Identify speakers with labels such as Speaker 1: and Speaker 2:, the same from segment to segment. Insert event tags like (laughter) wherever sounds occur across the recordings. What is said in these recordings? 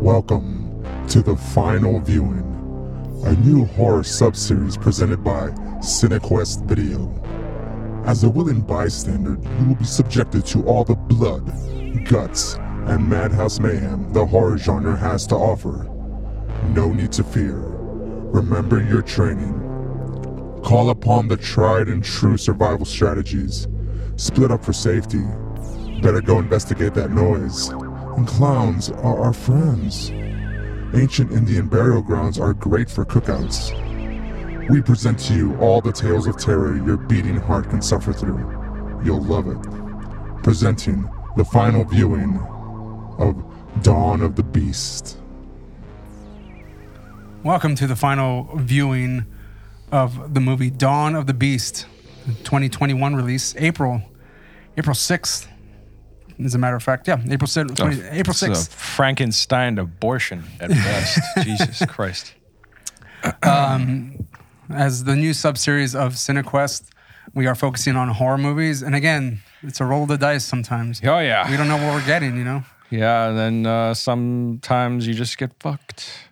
Speaker 1: Welcome to the final viewing, a new horror subseries presented by Cinequest Video. As a willing bystander, you will be subjected to all the blood, guts, and madhouse mayhem the horror genre has to offer. No need to fear. Remember your training. Call upon the tried and true survival strategies. Split up for safety. Better go investigate that noise. And clowns are our friends. Ancient Indian burial grounds are great for cookouts. We present to you all the tales of terror your beating heart can suffer through. You'll love it. Presenting the final viewing of Dawn of the Beast.
Speaker 2: Welcome to the final viewing of the movie Dawn of the Beast, the 2021 release, April, April 6th. As a matter of fact, yeah, April 6th. April
Speaker 3: Oh, It's a
Speaker 2: 6th.
Speaker 3: Frankenstein abortion
Speaker 2: (laughs)
Speaker 3: at best. Jesus Christ.
Speaker 2: As the new sub-series of CineQuest, we are focusing on horror movies, and again, it's a roll of the dice sometimes.
Speaker 3: Oh, yeah.
Speaker 2: We don't know what we're getting, you know.
Speaker 3: Yeah, and then uh, sometimes you just get fucked.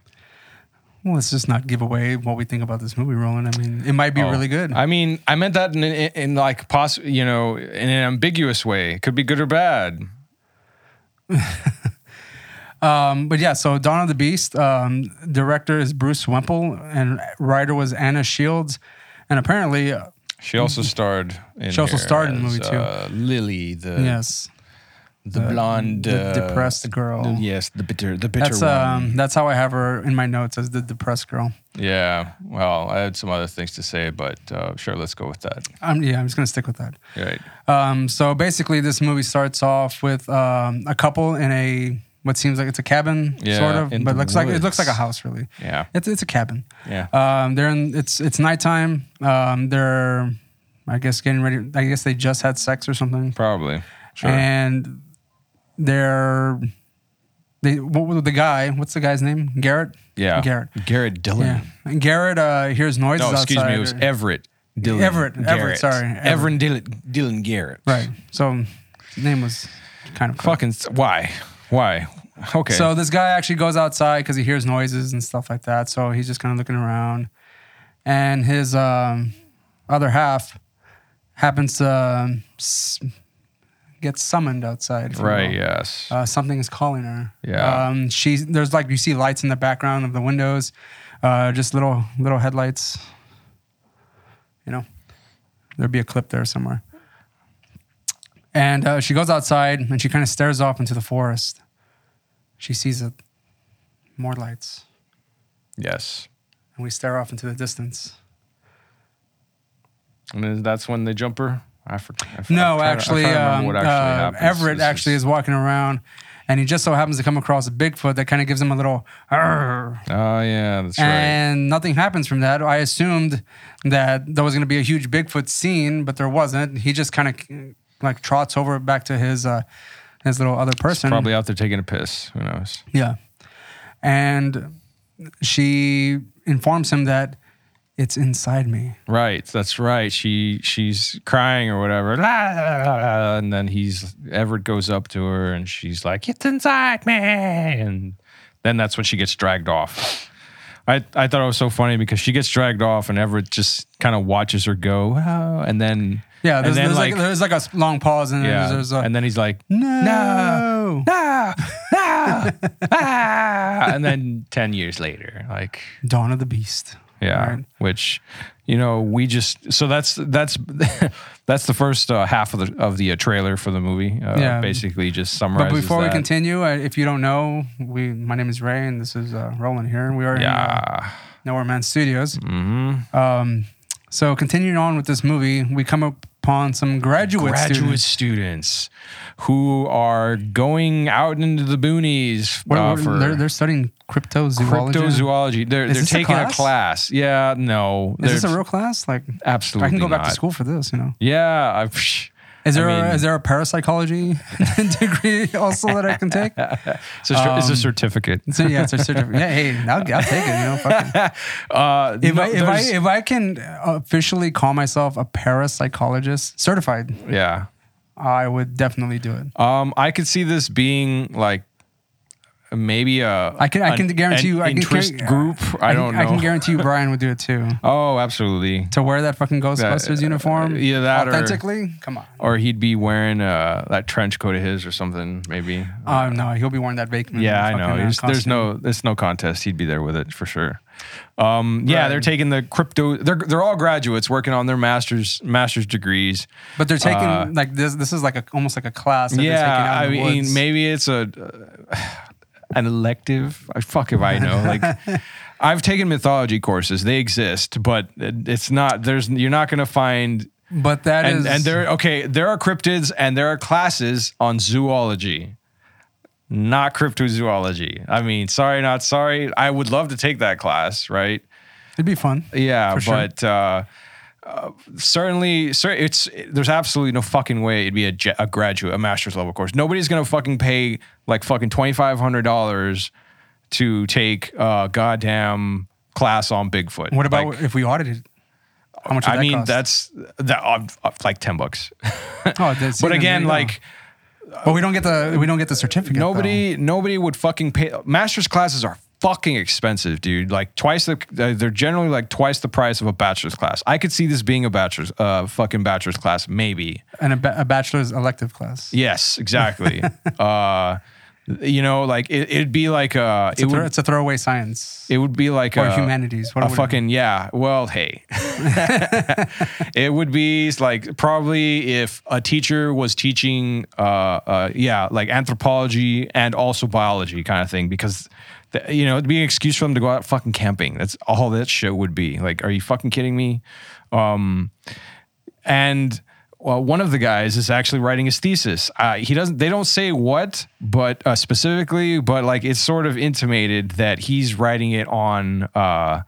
Speaker 2: Well, let's just not give away what we think about this movie, Roland. I mean, it might be
Speaker 3: Oh,
Speaker 2: really good.
Speaker 3: I mean, I meant that in, in, in like poss- you know, in an ambiguous way. It could be good or bad.
Speaker 2: Um, but yeah, so Dawn of the Beast, um, director is Bruce Wemple, and writer was Anna Shields, and apparently, uh,
Speaker 3: She also starred in
Speaker 2: She also
Speaker 3: here
Speaker 2: starred in the
Speaker 3: as,
Speaker 2: movie, too.
Speaker 3: Uh, Lily, the
Speaker 2: yes,
Speaker 3: the blonde
Speaker 2: the
Speaker 3: uh,
Speaker 2: depressed girl.
Speaker 3: yes, the bitter the bitter
Speaker 2: that's
Speaker 3: one.
Speaker 2: um, that's how I have her in my notes as the depressed girl.
Speaker 3: yeah. Well, I had some other things to say, but uh, sure, let's go with that.
Speaker 2: I'm, yeah, I'm just gonna stick with that.
Speaker 3: Right.
Speaker 2: Um, so basically, this movie starts off with um, a couple in a what seems like it's a cabin,
Speaker 3: Yeah,
Speaker 2: sort of,
Speaker 3: in
Speaker 2: but
Speaker 3: the
Speaker 2: looks like it looks
Speaker 3: woods.
Speaker 2: like a house, really.
Speaker 3: Yeah.
Speaker 2: It's it's a cabin.
Speaker 3: Yeah.
Speaker 2: Um, they're in it's it's nighttime. Um, they're I guess getting ready. I guess they just had sex or something,
Speaker 3: Probably. Sure.
Speaker 2: and they're they what was the guy? What's the guy's name? Garrett.
Speaker 3: yeah.
Speaker 2: Garrett.
Speaker 3: Garrett Dillon.
Speaker 2: Yeah, and Garrett uh, hears noises
Speaker 3: No, excuse
Speaker 2: outside.
Speaker 3: me. It was Everett Dillon.
Speaker 2: Everett, Everett,
Speaker 3: Garrett.
Speaker 2: sorry, Everett.
Speaker 3: Everett Dillon, Dillon Garrett.
Speaker 2: right. So his name was kind of
Speaker 3: Fucking s- why? Why? Okay.
Speaker 2: So this guy actually goes outside because he hears noises and stuff like that. So he's just kind of looking around, and his um, other half happens to um, s- get summoned outside. if you
Speaker 3: right.
Speaker 2: will.
Speaker 3: Yes.
Speaker 2: Uh, something is calling her.
Speaker 3: Yeah.
Speaker 2: Um, she there's like you see lights in the background of the windows, uh, just little little headlights. You know, there'd be a clip there somewhere. And uh, she goes outside and she kind of stares off into the forest. She sees it, more lights,
Speaker 3: yes.
Speaker 2: and we stare off into the distance.
Speaker 3: And then that's when the jumper. I forgot.
Speaker 2: No, actually, um, uh, Everett actually is walking around, and he just so happens to come across a Bigfoot that kind of gives him a little. "Arr."
Speaker 3: Oh yeah, that's right.
Speaker 2: and nothing happens from that. I assumed that there was going to be a huge Bigfoot scene, but there wasn't. He just kind of like trots over back to his uh, his little other person.
Speaker 3: Probably out there taking a piss. Who knows?
Speaker 2: yeah. And she informs him that it's inside me.
Speaker 3: Right, that's right. She she's crying or whatever, la, la, la, la, and then he's Everett goes up to her and she's like, "It's inside me," and then that's when she gets dragged off. I I thought it was so funny because she gets dragged off and Everett just kind of watches her go, "Oh," and then
Speaker 2: Yeah, there's,
Speaker 3: and then
Speaker 2: there's like, there's like a s- long pause and
Speaker 3: yeah,
Speaker 2: there's, there's a
Speaker 3: and then he's like,
Speaker 2: no.
Speaker 3: "No, no, ah," and then (laughs) ten years later, like
Speaker 2: Dawn of the Beast.
Speaker 3: yeah,
Speaker 2: Right.
Speaker 3: which you know we just so that's that's (laughs) that's the first uh, half of the of the uh, trailer for the movie. Uh,
Speaker 2: Yeah.
Speaker 3: basically just
Speaker 2: But
Speaker 3: summarizes.
Speaker 2: before we
Speaker 3: that.
Speaker 2: continue, uh, if you don't know, we my name is Ray and this is uh, Roland here. We are in, uh,
Speaker 3: yeah,
Speaker 2: Nowhere Man Studios. Mm-hmm. Um, so continuing on with this movie, we come upon some graduate,
Speaker 3: graduate
Speaker 2: students.
Speaker 3: students who are going out into the boonies
Speaker 2: What-
Speaker 3: uh,
Speaker 2: what-
Speaker 3: for
Speaker 2: they're, they're studying cryptozoology.
Speaker 3: cryptozoology. They're
Speaker 2: Is
Speaker 3: they're
Speaker 2: this a
Speaker 3: taking a
Speaker 2: class?
Speaker 3: class. Yeah, no,
Speaker 2: Is this
Speaker 3: they're-
Speaker 2: a real class? Like,
Speaker 3: absolutely.
Speaker 2: I can go back to
Speaker 3: not.
Speaker 2: school for this. You know,
Speaker 3: Yeah, I, (laughs)
Speaker 2: is
Speaker 3: I
Speaker 2: there
Speaker 3: mean-
Speaker 2: a, is there a parapsychology (laughs) degree also that I can
Speaker 3: (laughs)
Speaker 2: take?
Speaker 3: it's, a, cer- it's a certificate.
Speaker 2: So, yeah, Um, it's a certificate. Yeah, hey, I'll, I'll take it. You know, fucking.
Speaker 3: Uh,
Speaker 2: If,
Speaker 3: no,
Speaker 2: I, if I
Speaker 3: there's-
Speaker 2: if I can officially call myself a parapsychologist certified,
Speaker 3: yeah.
Speaker 2: I would definitely do it.
Speaker 3: Um, I could see this being like maybe a
Speaker 2: I can- I can guarantee you- I can
Speaker 3: interest
Speaker 2: guar-
Speaker 3: group. I,
Speaker 2: can-
Speaker 3: don't know.
Speaker 2: I can guarantee
Speaker 3: (laughs)
Speaker 2: you Brian would do it too.
Speaker 3: oh, absolutely.
Speaker 2: To wear that fucking Ghostbusters
Speaker 3: uh,
Speaker 2: uniform,
Speaker 3: yeah, that or-
Speaker 2: authentically. Come on.
Speaker 3: Or he'd be wearing uh, that trench coat of his or something. Maybe.
Speaker 2: Oh no, he'll be wearing that Bakeman.
Speaker 3: yeah, I know.
Speaker 2: fucking, uh,
Speaker 3: There's, there's
Speaker 2: costume.
Speaker 3: no there's no contest. He'd be there with it for sure. Um, yeah,
Speaker 2: Right.
Speaker 3: they're taking the crypto. They're they're all graduates working on their masters master's degrees.
Speaker 2: But they're taking
Speaker 3: uh,
Speaker 2: like this. This is like a almost like a class. That they're taking
Speaker 3: yeah,
Speaker 2: out
Speaker 3: I
Speaker 2: in the
Speaker 3: mean,
Speaker 2: woods.
Speaker 3: maybe it's a uh, an elective. I fuck if I know.
Speaker 2: (laughs)
Speaker 3: Like, I've taken mythology courses. They exist, but it's not. There's you're not going to find.
Speaker 2: But that is
Speaker 3: And, and there, okay, there are cryptids and there are classes on zoology, not cryptozoology. I mean, sorry, not sorry. I would love to take that class, right?
Speaker 2: it'd be fun.
Speaker 3: Yeah,
Speaker 2: For sure.
Speaker 3: but uh, uh, certainly, cer- it's there's absolutely no fucking way it'd be a, ge- a graduate, a master's level course. Nobody's gonna fucking pay like fucking twenty five hundred dollars to take a goddamn class on Bigfoot.
Speaker 2: What about
Speaker 3: Like,
Speaker 2: if we audited? How much? Would
Speaker 3: I
Speaker 2: that
Speaker 3: mean,
Speaker 2: cost?
Speaker 3: that's that uh, uh, like ten bucks.
Speaker 2: Oh, that's-
Speaker 3: but
Speaker 2: yeah, there
Speaker 3: again,
Speaker 2: you go.
Speaker 3: like
Speaker 2: but we don't get the we don't get the certificate. though.
Speaker 3: nobody, nobody would fucking pay. Master's classes are fucking expensive, dude. Like twice the, uh, they're generally like twice the price of a bachelor's class. I could see this being a bachelor's, uh, fucking bachelor's class, maybe.
Speaker 2: and a, ba- a bachelor's elective class.
Speaker 3: Yes, exactly.
Speaker 2: (laughs)
Speaker 3: uh, you know, like it, it'd be like uh,
Speaker 2: It's,
Speaker 3: it
Speaker 2: a throw,
Speaker 3: would,
Speaker 2: it's a throwaway science
Speaker 3: it would be like
Speaker 2: or
Speaker 3: a,
Speaker 2: humanities. What
Speaker 3: a
Speaker 2: would it be?
Speaker 3: fucking yeah. Well, hey, (laughs) it would be like probably if a teacher was teaching, uh, uh, yeah, like anthropology and also biology kind of thing, because th- you know it'd be an excuse for them to go out fucking camping. That's all that shit would be. Like, are you fucking kidding me? Um, and well, one of the guys is actually writing his thesis. Uh, he doesn't. They don't say what, but uh, specifically, but like it's sort of intimated that he's writing it on uh,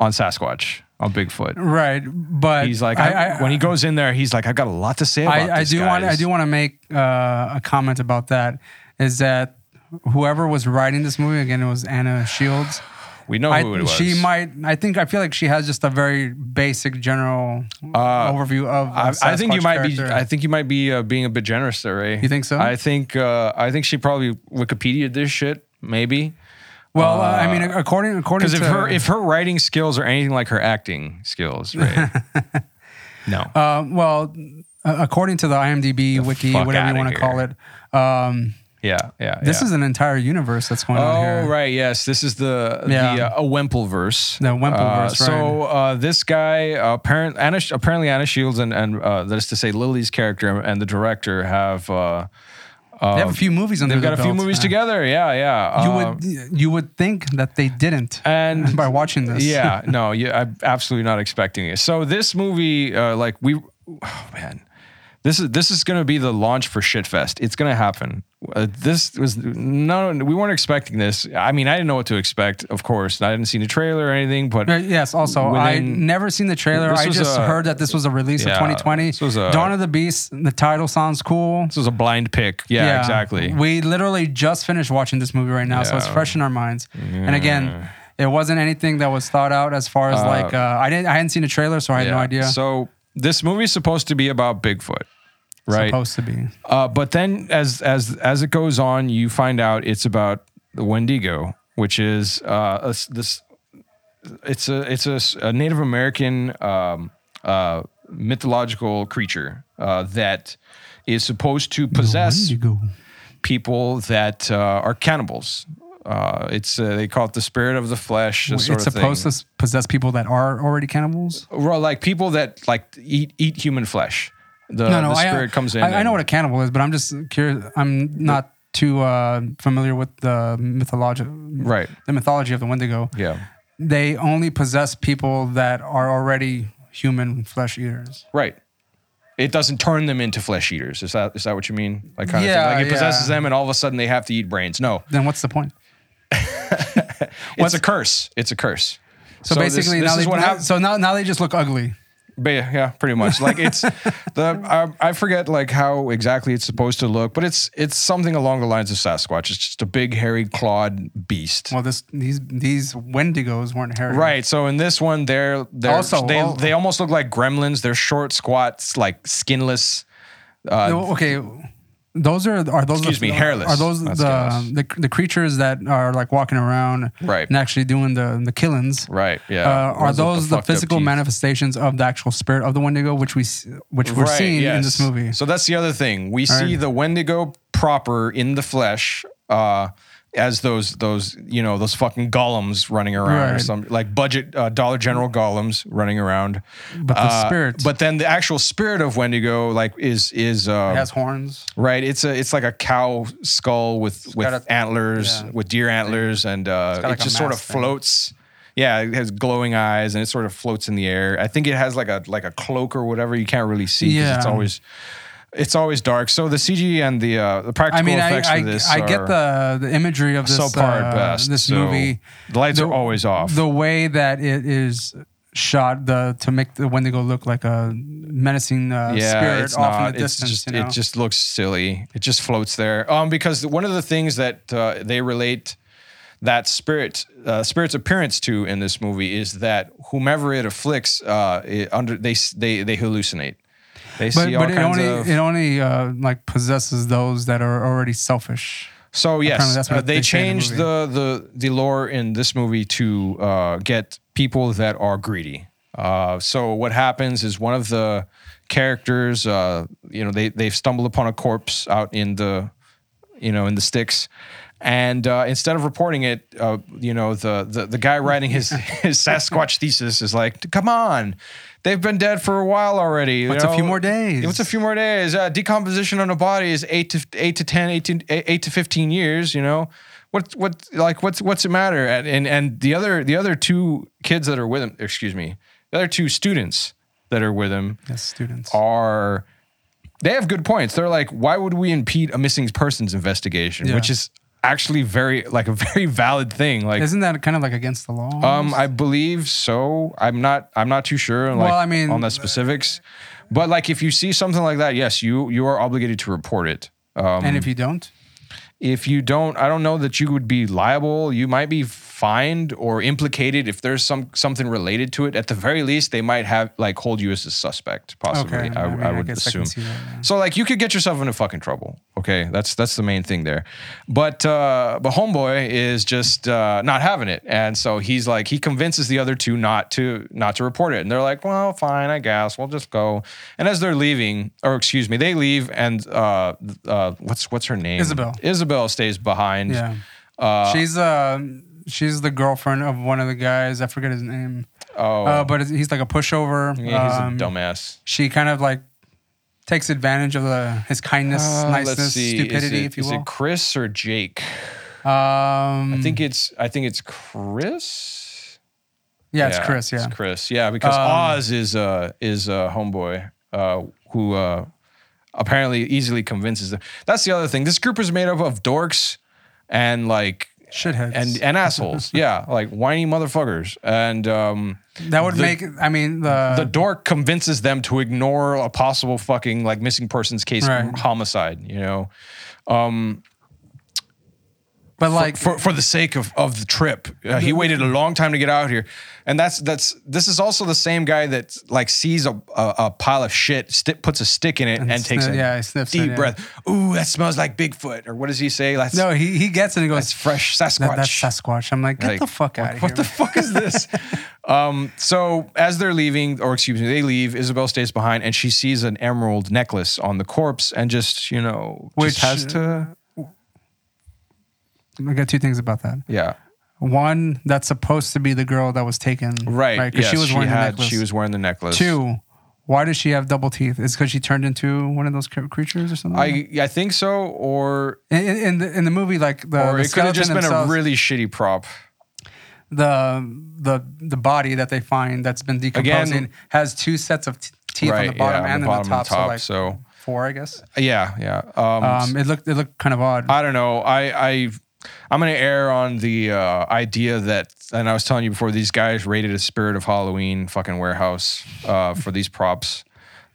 Speaker 3: on Sasquatch, on Bigfoot.
Speaker 2: right? But
Speaker 3: He's like, I, when he goes in there, he's like, I've got a lot to say about
Speaker 2: I, I
Speaker 3: this,
Speaker 2: do want I
Speaker 3: guys."
Speaker 2: do want to make uh, a comment about that. Is that whoever was writing this movie again? It was Anna Shields.
Speaker 3: We know
Speaker 2: I,
Speaker 3: who it was.
Speaker 2: She might. I think. I feel like she has just a very basic general overview of.
Speaker 3: Uh, I,
Speaker 2: the
Speaker 3: I think you
Speaker 2: Sasquatch
Speaker 3: might be.
Speaker 2: character.
Speaker 3: I think you might be uh, being a bit generous there, Ray.
Speaker 2: You think so?
Speaker 3: I think. Uh, I think she probably Wikipedia this shit. Maybe
Speaker 2: well, uh, I mean, according according
Speaker 3: because
Speaker 2: to
Speaker 3: if her if her writing skills are anything like her acting
Speaker 2: (laughs)
Speaker 3: skills, Ray. no.
Speaker 2: um, well, uh, according to the IMDb wiki,
Speaker 3: fuck
Speaker 2: whatever you
Speaker 3: outta
Speaker 2: want to call it,
Speaker 3: here.
Speaker 2: um,
Speaker 3: yeah. Yeah.
Speaker 2: this
Speaker 3: yeah.
Speaker 2: is an entire universe that's going on
Speaker 3: Oh
Speaker 2: here.
Speaker 3: right, yes. This is the the
Speaker 2: Yeah.
Speaker 3: uh, a Wemple verse.
Speaker 2: The Wemple
Speaker 3: Uh,
Speaker 2: verse,
Speaker 3: So uh, this guy, uh, apparent, Anna, apparently Anna Shields and and uh, that is to say Lily's character and the director have uh,
Speaker 2: They have a few movies on.
Speaker 3: Oh, they've got a few movies together. Yeah, yeah.
Speaker 2: You
Speaker 3: Uh,
Speaker 2: would you would think that they didn't
Speaker 3: and
Speaker 2: by watching this.
Speaker 3: yeah, no, yeah, I'm absolutely not expecting it. So this movie, uh, like we, oh man, this is this is gonna be the launch for Shitfest. It's gonna happen. Uh, this was no, we weren't expecting this. I mean, I didn't know what to expect. Of course, I didn't see the trailer or anything, but
Speaker 2: Uh, Yes. Also, I
Speaker 3: Within-
Speaker 2: never seen the trailer.
Speaker 3: This
Speaker 2: I
Speaker 3: was
Speaker 2: just
Speaker 3: a-
Speaker 2: heard that this was a release
Speaker 3: Yeah,
Speaker 2: of 2020.
Speaker 3: this was a-
Speaker 2: Dawn of the Beast. The title sounds cool.
Speaker 3: this was a blind pick. Yeah, exactly.
Speaker 2: We literally just finished watching this movie right now, so it's
Speaker 3: Yeah.
Speaker 2: fresh in our minds. And again, it wasn't anything that was thought out as far as like uh, I didn't I hadn't seen a trailer, so I had no
Speaker 3: Yeah.
Speaker 2: idea.
Speaker 3: So this movie is supposed to be about Bigfoot, right?
Speaker 2: Supposed to be.
Speaker 3: Uh, but then as as as it goes on, you find out it's about the Wendigo, which is uh, a s- this. It's a it's a, s- a Native American um, uh, mythological creature uh, that is supposed to possess
Speaker 2: Wendigo.
Speaker 3: people that uh, are cannibals. Uh, it's uh, they call it the spirit of the flesh. This sort
Speaker 2: It's
Speaker 3: of thing.
Speaker 2: supposed to possess people that are already cannibals.
Speaker 3: well, like people that like eat eat human flesh. The,
Speaker 2: no, no,
Speaker 3: Uh, the
Speaker 2: I, uh,
Speaker 3: spirit comes in.
Speaker 2: I, I know
Speaker 3: and-
Speaker 2: what a cannibal is, but I'm just curious. I'm not too uh, familiar with the mythology,
Speaker 3: Right.
Speaker 2: the mythology of the Wendigo.
Speaker 3: Yeah.
Speaker 2: They only possess people that are already human flesh eaters.
Speaker 3: Right. It doesn't turn them into flesh eaters. Is that is that what you mean? Like kind
Speaker 2: Yeah,
Speaker 3: of thing. like it possesses
Speaker 2: yeah.
Speaker 3: them and all of a sudden they have to eat brains. No.
Speaker 2: Then what's the point?
Speaker 3: It's a curse. It's a curse.
Speaker 2: So,
Speaker 3: this-
Speaker 2: basically,
Speaker 3: this,
Speaker 2: now
Speaker 3: is
Speaker 2: they
Speaker 3: what
Speaker 2: now-
Speaker 3: happens.
Speaker 2: so now now they just look ugly.
Speaker 3: But yeah, yeah,
Speaker 2: (laughs)
Speaker 3: pretty much. Like it's the I, I forget like how exactly it's supposed to look, but it's it's something along the lines of Sasquatch. It's just a big hairy clawed beast.
Speaker 2: Well, this these these Wendigos weren't hairy,
Speaker 3: Right. So in this one, they're they're
Speaker 2: Also,
Speaker 3: they
Speaker 2: al-
Speaker 3: they almost look like gremlins. They're short, squats, like skinless.
Speaker 2: No, okay, Those are are those
Speaker 3: Excuse
Speaker 2: the,
Speaker 3: me, hairless.
Speaker 2: Are those
Speaker 3: That's
Speaker 2: the,
Speaker 3: hairless.
Speaker 2: the the creatures that are like walking around
Speaker 3: Right.
Speaker 2: and actually doing the the killings?
Speaker 3: Right. Yeah.
Speaker 2: Uh, are
Speaker 3: Ones with
Speaker 2: those the,
Speaker 3: fucked up
Speaker 2: physical
Speaker 3: teeth.
Speaker 2: manifestations of the actual spirit of the Wendigo, which we s- which we're
Speaker 3: Right,
Speaker 2: seeing in this
Speaker 3: yes.
Speaker 2: movie?
Speaker 3: So that's the other thing. We see
Speaker 2: Right.
Speaker 3: the Wendigo proper in the flesh, uh, as those those you know those fucking golems running around or
Speaker 2: Right.
Speaker 3: some like budget uh, Dollar General golems running around.
Speaker 2: But the
Speaker 3: Uh,
Speaker 2: spirit
Speaker 3: But then the actual spirit of Wendigo like is is uh,
Speaker 2: has horns.
Speaker 3: right. It's a it's like a cow skull with with
Speaker 2: got a-
Speaker 3: antlers
Speaker 2: yeah.
Speaker 3: with deer antlers and uh,
Speaker 2: got like
Speaker 3: it
Speaker 2: a
Speaker 3: just sort of
Speaker 2: mask thing.
Speaker 3: floats. Yeah, it has glowing eyes and it sort of floats in the air. I think it has like a like a cloak or whatever. You can't really see 'cause it's
Speaker 2: Yeah.
Speaker 3: always it's always dark. So the CG and the uh, the practical
Speaker 2: I mean, I
Speaker 3: effects
Speaker 2: I,
Speaker 3: for this
Speaker 2: I get
Speaker 3: are
Speaker 2: the the imagery of this
Speaker 3: subpar at
Speaker 2: uh,
Speaker 3: best.
Speaker 2: this
Speaker 3: So
Speaker 2: movie.
Speaker 3: the lights
Speaker 2: the-
Speaker 3: are always off.
Speaker 2: the way that it is shot the to make the Wendigo look like a menacing uh, spirit off in the
Speaker 3: It's
Speaker 2: distance.
Speaker 3: just-
Speaker 2: you know?
Speaker 3: It just looks silly. It just floats there. Um, because one of the things that uh, they relate that spirit uh, spirit's appearance to in this movie is that whomever it afflicts, uh, it under they s- they they hallucinate. They
Speaker 2: but
Speaker 3: see all
Speaker 2: but it
Speaker 3: kinds
Speaker 2: only
Speaker 3: of.
Speaker 2: it only uh, like possesses those that are already selfish.
Speaker 3: so yes,
Speaker 2: that's
Speaker 3: uh,
Speaker 2: what
Speaker 3: they,
Speaker 2: they say in the
Speaker 3: changed
Speaker 2: movie.
Speaker 3: the, the the lore in this movie to uh, get people that are greedy. Uh, so what happens is one of the characters, uh, you know, they they've stumbled upon a corpse out in the you know, in the sticks. And uh, instead of reporting it, uh, you know, the, the the guy writing his (laughs) his Sasquatch thesis is like, "Come on, they've been dead for a while already. you
Speaker 2: What's a
Speaker 3: know?
Speaker 2: few more days?"
Speaker 3: What's a few more days? Uh, decomposition on a body is eight to eight to 10, 18, eight eight to fifteen years. You know, what what like what's what's it matter? And and, and the other the other two kids that are with him, excuse me, the other two students that are with him,
Speaker 2: Yes, students.
Speaker 3: are they have good points. They're like, why would we impede a missing persons investigation,
Speaker 2: Yeah.
Speaker 3: which is actually very like a very valid thing. Like,
Speaker 2: Isn't that kind of like against the law?
Speaker 3: um, I believe so. I'm not. I'm not too sure. Like,
Speaker 2: I mean, uh,
Speaker 3: on the specifics, but like if you see something like that, yes, you you are obligated to report it. Um,
Speaker 2: and if you don't,
Speaker 3: if you don't i don't know that you would be liable you might be fined or implicated if there's some something related to it at the very least they might have like hold you as a suspect possibly
Speaker 2: Okay,
Speaker 3: I,
Speaker 2: I mean,
Speaker 3: I
Speaker 2: I
Speaker 3: would
Speaker 2: guess I can see
Speaker 3: assume
Speaker 2: that, yeah.
Speaker 3: so like you could get yourself into fucking trouble okay that's that's the main thing there but uh but homeboy is just uh not having it and so he's like he convinces the other two not to not to report it and they're like well fine i guess we'll just go and as they're leaving or excuse me they leave and uh uh what's what's her name
Speaker 2: Isabel.
Speaker 3: Isabel stays behind.
Speaker 2: yeah,
Speaker 3: uh,
Speaker 2: she's um she's the girlfriend of one of the guys. I forget his name,
Speaker 3: Oh,
Speaker 2: uh, but it's- he's like a pushover.
Speaker 3: yeah, he's
Speaker 2: Um,
Speaker 3: a dumbass.
Speaker 2: She kind of like takes advantage of the his kindness,
Speaker 3: Uh,
Speaker 2: niceness,
Speaker 3: Is
Speaker 2: stupidity,
Speaker 3: it-
Speaker 2: if you
Speaker 3: is
Speaker 2: will.
Speaker 3: it Chris or Jake?
Speaker 2: um,
Speaker 3: I think it's I think it's Chris.
Speaker 2: yeah, it's Chris. Yeah,
Speaker 3: it's Chris. Yeah, because
Speaker 2: Um,
Speaker 3: Oz is uh is a homeboy uh who uh apparently easily convinces them. That's the other thing. This group is made up of dorks and like
Speaker 2: shitheads.
Speaker 3: and and
Speaker 2: (laughs)
Speaker 3: assholes. yeah, like whiny motherfuckers. And um
Speaker 2: that would
Speaker 3: the-
Speaker 2: make. I mean, the,
Speaker 3: the dork convinces them to ignore a possible fucking like missing persons case
Speaker 2: Right.
Speaker 3: homicide, you know,
Speaker 2: but like
Speaker 3: for for the sake of of the trip. Uh,
Speaker 2: Mm-hmm.
Speaker 3: he waited a long time to get out here, and that's that's this is also the same guy that like sees a a, a pile of shit, sti- puts a stick in it, and, takes
Speaker 2: sniff-
Speaker 3: a
Speaker 2: yeah, he sniffs it,
Speaker 3: deep
Speaker 2: yeah.
Speaker 3: breath. Ooh, that smells like Bigfoot, or what does he say? That's
Speaker 2: no, he he gets it and
Speaker 3: that's
Speaker 2: goes.
Speaker 3: fresh Sasquatch.
Speaker 2: That, that's Sasquatch. I'm like, get
Speaker 3: Like,
Speaker 2: the fuck out of
Speaker 3: What
Speaker 2: here.
Speaker 3: (laughs) the
Speaker 2: man."
Speaker 3: fuck is this? (laughs) um, so as they're leaving, or excuse me, they leave. Isabel stays behind, and she sees an emerald necklace on the corpse, and just you know,
Speaker 2: Which- uh,
Speaker 3: just has to,
Speaker 2: I got two things about that.
Speaker 3: yeah,
Speaker 2: One, that's supposed to be the girl that was taken.
Speaker 3: right,
Speaker 2: Because she
Speaker 3: yes,
Speaker 2: was wearing the
Speaker 3: had-
Speaker 2: necklace.
Speaker 3: She was wearing the necklace.
Speaker 2: Two, why does she have double teeth? It's because she turned into one of those cr- creatures or something. like
Speaker 3: I I think so, or
Speaker 2: that? in, in the in the movie, like the,
Speaker 3: or
Speaker 2: the
Speaker 3: it could have just been a
Speaker 2: themselves-
Speaker 3: really shitty prop.
Speaker 2: the the the body that they find that's been decomposing has two sets of t- teeth on
Speaker 3: Right,
Speaker 2: the bottom
Speaker 3: yeah, on
Speaker 2: and
Speaker 3: the
Speaker 2: then
Speaker 3: bottom
Speaker 2: the top.
Speaker 3: and
Speaker 2: So
Speaker 3: top,
Speaker 2: like
Speaker 3: so-
Speaker 2: four, I guess.
Speaker 3: Yeah, yeah. Um,
Speaker 2: Um, it looked it looked kind of odd.
Speaker 3: I don't know. I I I'm gonna err on the uh, idea that, and I was telling you before, these guys raided a Spirit of Halloween fucking warehouse uh, for these props.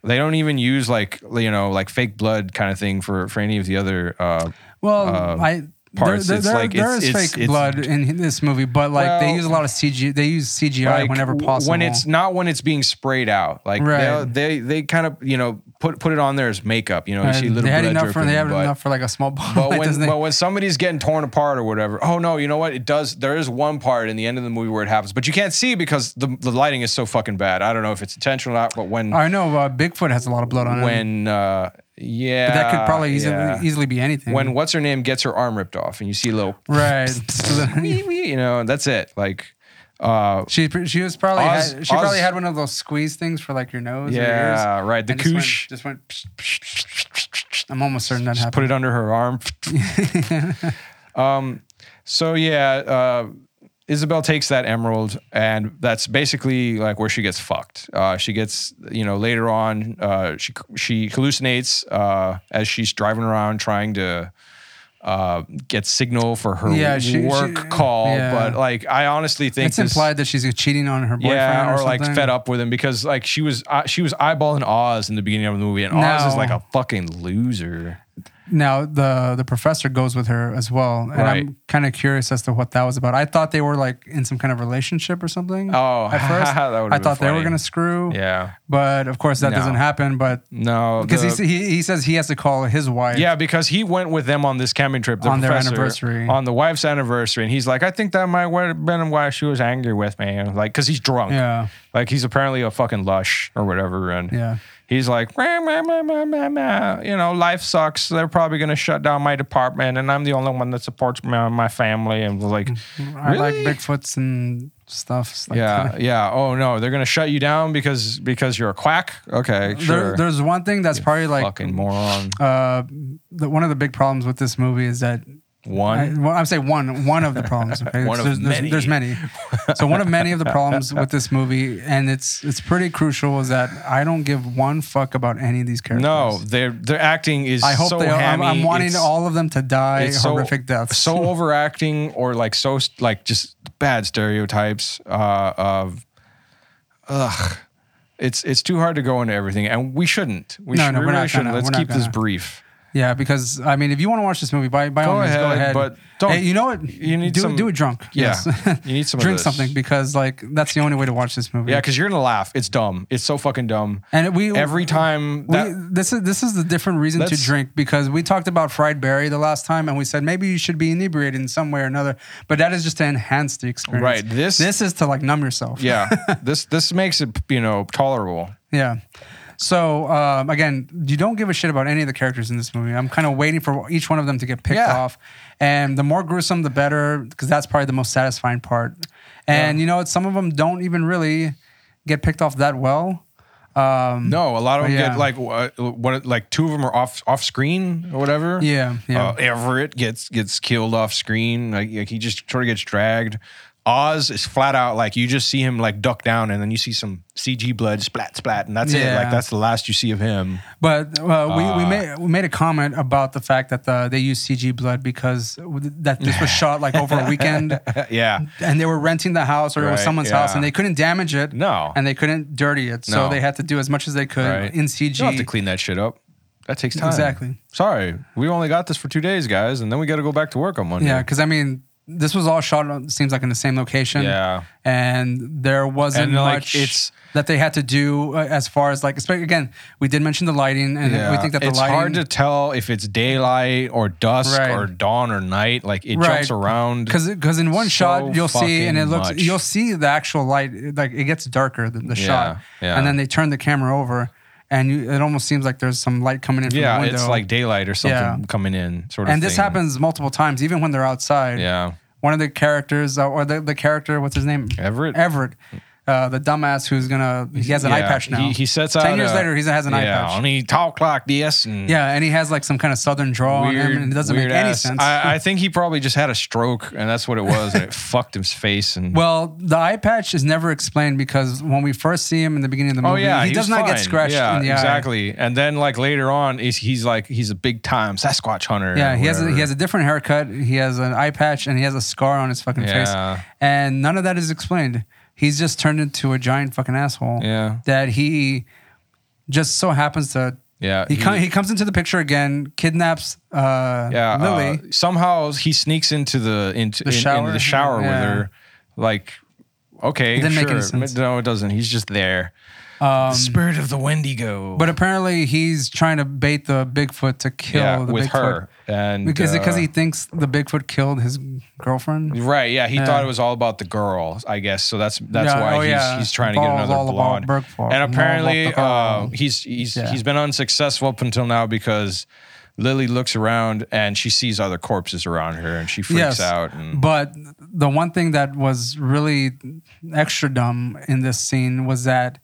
Speaker 3: They don't even use like you know like fake blood kind of thing for for any of the other. Uh,
Speaker 2: well,
Speaker 3: uh,
Speaker 2: I.
Speaker 3: parts,
Speaker 2: there,
Speaker 3: it's
Speaker 2: there,
Speaker 3: like-
Speaker 2: there
Speaker 3: it's-
Speaker 2: is
Speaker 3: it's-
Speaker 2: fake
Speaker 3: it's-
Speaker 2: blood in this movie, but like they
Speaker 3: Well,
Speaker 2: use a lot of CG. They use CGI
Speaker 3: like,
Speaker 2: whenever
Speaker 3: w-
Speaker 2: possible.
Speaker 3: When it's not when it's being sprayed out, like they'll-
Speaker 2: Right.
Speaker 3: they they kind of you know put put it on there as makeup. You know, you see a little
Speaker 2: they had
Speaker 3: blood
Speaker 2: enough
Speaker 3: dripping,
Speaker 2: for they had
Speaker 3: but-
Speaker 2: enough for like a small (laughs) bottle.
Speaker 3: But
Speaker 2: Like,
Speaker 3: when,
Speaker 2: doesn't it-
Speaker 3: but when somebody's getting torn apart or whatever, oh no, you know what? It does. There is one part in the end of the movie where it happens, but you can't see because the, the lighting is so fucking bad. I don't know if it's intentional or not, but when
Speaker 2: I know uh, Bigfoot has a lot of blood on him.
Speaker 3: when uh, yeah,
Speaker 2: That could probably easily,
Speaker 3: yeah.
Speaker 2: easily be anything.
Speaker 3: when what's her name gets her arm ripped off and you see
Speaker 2: (laughs)
Speaker 3: a little (laughs)
Speaker 2: right,
Speaker 3: wee, wee, you know, and that's it. Like uh,
Speaker 2: she pr- she was probably
Speaker 3: Oz-
Speaker 2: had, she
Speaker 3: Oz-
Speaker 2: probably had one of those squeeze things for like your nose. or your ears,
Speaker 3: yeah, right. The
Speaker 2: and just went-
Speaker 3: koosh.
Speaker 2: just went. psh, psh, psh, psh, psh, psh. (laughs) I'm almost certain that
Speaker 3: Just put
Speaker 2: happened.
Speaker 3: it under her arm.
Speaker 2: (laughs)
Speaker 3: um, so yeah, uh, Isabel takes that emerald, and that's basically like where she gets fucked. Uh, she gets, you know, later on, uh, she she hallucinates uh, as she's driving around trying to uh, get signal for her
Speaker 2: Yeah, she-
Speaker 3: work
Speaker 2: she-
Speaker 3: call.
Speaker 2: yeah.
Speaker 3: But like, I honestly think
Speaker 2: It's
Speaker 3: this-
Speaker 2: implied that she's cheating on her boyfriend,
Speaker 3: yeah, or, like
Speaker 2: something.
Speaker 3: fed up with him because like she was uh, she was eyeballing Oz in the beginning of the movie, and Oz is
Speaker 2: No.
Speaker 3: like a fucking loser.
Speaker 2: Now the the professor goes with her as well, and
Speaker 3: Right.
Speaker 2: I'm kind of curious as to what that was about. I thought they were like in some kind of relationship or something.
Speaker 3: Oh,
Speaker 2: at first
Speaker 3: (laughs) that would've
Speaker 2: I
Speaker 3: been
Speaker 2: thought they were
Speaker 3: funny.
Speaker 2: gonna screw,
Speaker 3: Yeah.
Speaker 2: but of course that
Speaker 3: No.
Speaker 2: doesn't happen. But
Speaker 3: No,
Speaker 2: because
Speaker 3: the-
Speaker 2: he, sa- he he says he has to call his wife.
Speaker 3: yeah, because he went with them on this camping trip the
Speaker 2: On their
Speaker 3: professor,
Speaker 2: anniversary.
Speaker 3: on the wife's anniversary, and he's like, I think that might have been why she was angry with me, like because he's drunk,
Speaker 2: yeah,
Speaker 3: like he's apparently a fucking lush or whatever, and
Speaker 2: yeah.
Speaker 3: he's like, "Meh, meh, meh, meh, meh, meh. you know, life sucks. They're probably gonna shut down my department, and I'm the only one that supports my, my family, and was like.
Speaker 2: I like
Speaker 3: Really?
Speaker 2: Bigfoots and stuff. s- (laughs) Like (laughs)
Speaker 3: Yeah,
Speaker 2: that.
Speaker 3: yeah. Oh no, they're gonna shut you down because because you're a quack. Okay, sure.
Speaker 2: There, there's one thing that's probably like
Speaker 3: fucking moron.
Speaker 2: uh, the, one of the big problems with this movie is that
Speaker 3: One.
Speaker 2: I, well, I'm saying one one of the problems. Okay?
Speaker 3: (laughs) One of
Speaker 2: there's,
Speaker 3: many.
Speaker 2: There's, there's many. So one of many
Speaker 3: (laughs)
Speaker 2: of the problems with this movie, and it's it's pretty crucial, is that I don't give one fuck about any of these characters.
Speaker 3: No, their their acting is.
Speaker 2: I hope
Speaker 3: so
Speaker 2: they. all- I'm,
Speaker 3: Hammy.
Speaker 2: I'm wanting
Speaker 3: It's-
Speaker 2: all of them to die
Speaker 3: it's so-
Speaker 2: horrific deaths. (laughs)
Speaker 3: So overacting or like so like just bad stereotypes uh, of. Ugh, it's it's too hard to go into everything, and we shouldn't. We,
Speaker 2: No,
Speaker 3: should,
Speaker 2: no,
Speaker 3: we
Speaker 2: we're
Speaker 3: really
Speaker 2: not
Speaker 3: shouldn't.
Speaker 2: gonna,
Speaker 3: Let's
Speaker 2: we're not
Speaker 3: keep this
Speaker 2: gonna.
Speaker 3: brief.
Speaker 2: yeah, because I mean, if you want to watch this movie, by by
Speaker 3: Go
Speaker 2: all means, go
Speaker 3: ahead,
Speaker 2: ahead.
Speaker 3: but don't-
Speaker 2: Hey, you know what?
Speaker 3: you need
Speaker 2: do
Speaker 3: some-
Speaker 2: it, do it drunk.
Speaker 3: Yeah,
Speaker 2: Yes.
Speaker 3: you need
Speaker 2: (laughs)
Speaker 3: some.
Speaker 2: Drink
Speaker 3: of this.
Speaker 2: something because like that's the only way to watch this movie.
Speaker 3: Yeah, because you're gonna laugh. It's dumb. It's so fucking dumb.
Speaker 2: and we
Speaker 3: Every time
Speaker 2: We,
Speaker 3: that
Speaker 2: this is this is the different reason to
Speaker 3: Let's-
Speaker 2: drink because we talked about fried berry the last time and we said maybe you should be inebriated in some way or another, but that is just to enhance the experience.
Speaker 3: Right, this-
Speaker 2: this is to like numb yourself. (laughs)
Speaker 3: yeah, this this makes it you know tolerable.
Speaker 2: Yeah. So um, again, you don't give a shit about any of the characters in this movie. I'm kind of waiting for each one of them to get picked
Speaker 3: Yeah.
Speaker 2: off, and the more gruesome, the better, because that's probably the most satisfying part. And you know, what? some of them don't even really get picked off that well. Um,
Speaker 3: No, a lot of them
Speaker 2: Yeah.
Speaker 3: get like uh, what, like two of them are off off screen or whatever.
Speaker 2: Yeah, yeah.
Speaker 3: Uh, Everett gets gets killed off screen. Like, like, he just sort of gets dragged. Oz is flat out like you just see him like duck down, and then you see some CG blood splat splat, and that's it.
Speaker 2: Yeah.
Speaker 3: Like that's the last you see of him.
Speaker 2: But uh, we, we, made, we made a comment about the fact that the, they used CG blood because that this was shot like over a (laughs) weekend
Speaker 3: yeah,
Speaker 2: and they were renting the house or it was
Speaker 3: Right,
Speaker 2: someone's house
Speaker 3: yeah.
Speaker 2: and they couldn't damage it.
Speaker 3: No.
Speaker 2: And they couldn't dirty it. So
Speaker 3: No.
Speaker 2: they had to do as much as they could
Speaker 3: right.
Speaker 2: in
Speaker 3: You don't have to
Speaker 2: CG.
Speaker 3: clean that shit up. That takes time.
Speaker 2: Exactly.
Speaker 3: Sorry, we only got this for two days, guys, and then we got to go back to work on Monday.
Speaker 2: Yeah, because I mean, this was all shot, on- seems like in the same location.
Speaker 3: Yeah.
Speaker 2: And there wasn't
Speaker 3: And, like,
Speaker 2: much
Speaker 3: it's-
Speaker 2: that they had to do uh, as far as like, especially again, we did mention the lighting and we think that the
Speaker 3: it's
Speaker 2: lighting.
Speaker 3: hard to tell if it's daylight or dusk
Speaker 2: Right.
Speaker 3: or dawn or night. Like it
Speaker 2: Right.
Speaker 3: jumps around.
Speaker 2: because because in one
Speaker 3: so
Speaker 2: shot you'll see and it
Speaker 3: fucking
Speaker 2: looks
Speaker 3: much.
Speaker 2: you'll see the actual light like it gets darker the, the
Speaker 3: Yeah,
Speaker 2: shot
Speaker 3: yeah.
Speaker 2: and then they turn the camera over and you, it almost seems like there's some light coming in from the
Speaker 3: yeah,
Speaker 2: window
Speaker 3: it's like daylight or something
Speaker 2: Yeah.
Speaker 3: coming in, sort of.
Speaker 2: and this
Speaker 3: thing.
Speaker 2: happens multiple times even when they're outside
Speaker 3: Yeah,
Speaker 2: one of the characters uh, or the, the character what's his name
Speaker 3: Everett?
Speaker 2: Everett uh, the dumbass who's gonna he has an eye
Speaker 3: Yeah,
Speaker 2: patch now
Speaker 3: He, he sets out.
Speaker 2: ten years
Speaker 3: a-
Speaker 2: later he has an eye
Speaker 3: yeah,
Speaker 2: patch
Speaker 3: and he talk like this and
Speaker 2: yeah and he has like some kind of southern draw on
Speaker 3: weird,
Speaker 2: him and it doesn't make
Speaker 3: weird
Speaker 2: any
Speaker 3: ass-
Speaker 2: sense
Speaker 3: I, I think he probably just had a stroke, and that's what it was,
Speaker 2: (laughs)
Speaker 3: and it fucked his face. And
Speaker 2: Well, the eye patch is never explained because when we first see him in the beginning of the
Speaker 3: oh
Speaker 2: movie,
Speaker 3: yeah,
Speaker 2: he, does
Speaker 3: was
Speaker 2: not get
Speaker 3: fine.
Speaker 2: scratched
Speaker 3: Yeah,
Speaker 2: in the eye.
Speaker 3: exactly. And then like later on, he's, he's like he's a big time Sasquatch hunter.
Speaker 2: Yeah, he has a,
Speaker 3: whatever.
Speaker 2: he has a different haircut. He has an eye patch and he has a scar on his fucking
Speaker 3: Yeah.
Speaker 2: face, and none of that is explained. He's just turned into a giant fucking asshole.
Speaker 3: Yeah.
Speaker 2: that he just so happens to.
Speaker 3: Yeah,
Speaker 2: he
Speaker 3: he-
Speaker 2: com- he comes into the picture again, kidnaps uh,
Speaker 3: yeah,
Speaker 2: Lily.
Speaker 3: uh, somehow he sneaks into the into
Speaker 2: The
Speaker 3: in- into
Speaker 2: shower?
Speaker 3: the shower
Speaker 2: Yeah.
Speaker 3: with her. Like, okay,
Speaker 2: It didn't
Speaker 3: sure.
Speaker 2: make any sense.
Speaker 3: No, it doesn't. He's just there.
Speaker 2: Um,
Speaker 3: Spirit of the Wendigo.
Speaker 2: but apparently he's trying to bait the Bigfoot to kill
Speaker 3: yeah,
Speaker 2: the
Speaker 3: with
Speaker 2: Bigfoot
Speaker 3: her and
Speaker 2: because because
Speaker 3: uh,
Speaker 2: he thinks the Bigfoot killed his girlfriend.
Speaker 3: Right, yeah, he thought
Speaker 2: Yeah.
Speaker 3: it was all about the girl, I guess. So that's that's
Speaker 2: Yeah,
Speaker 3: why
Speaker 2: oh,
Speaker 3: he's,
Speaker 2: yeah.
Speaker 3: he's trying to get
Speaker 2: Ball's all
Speaker 3: another
Speaker 2: about
Speaker 3: blonde.
Speaker 2: Bergfall-
Speaker 3: And
Speaker 2: all
Speaker 3: apparently,
Speaker 2: about the
Speaker 3: uh,
Speaker 2: girl.
Speaker 3: he's he's
Speaker 2: Yeah.
Speaker 3: he's been unsuccessful up until now because Lily looks around and she sees other corpses around her and she freaks out. And
Speaker 2: But the one thing that was really extra dumb in this scene was that,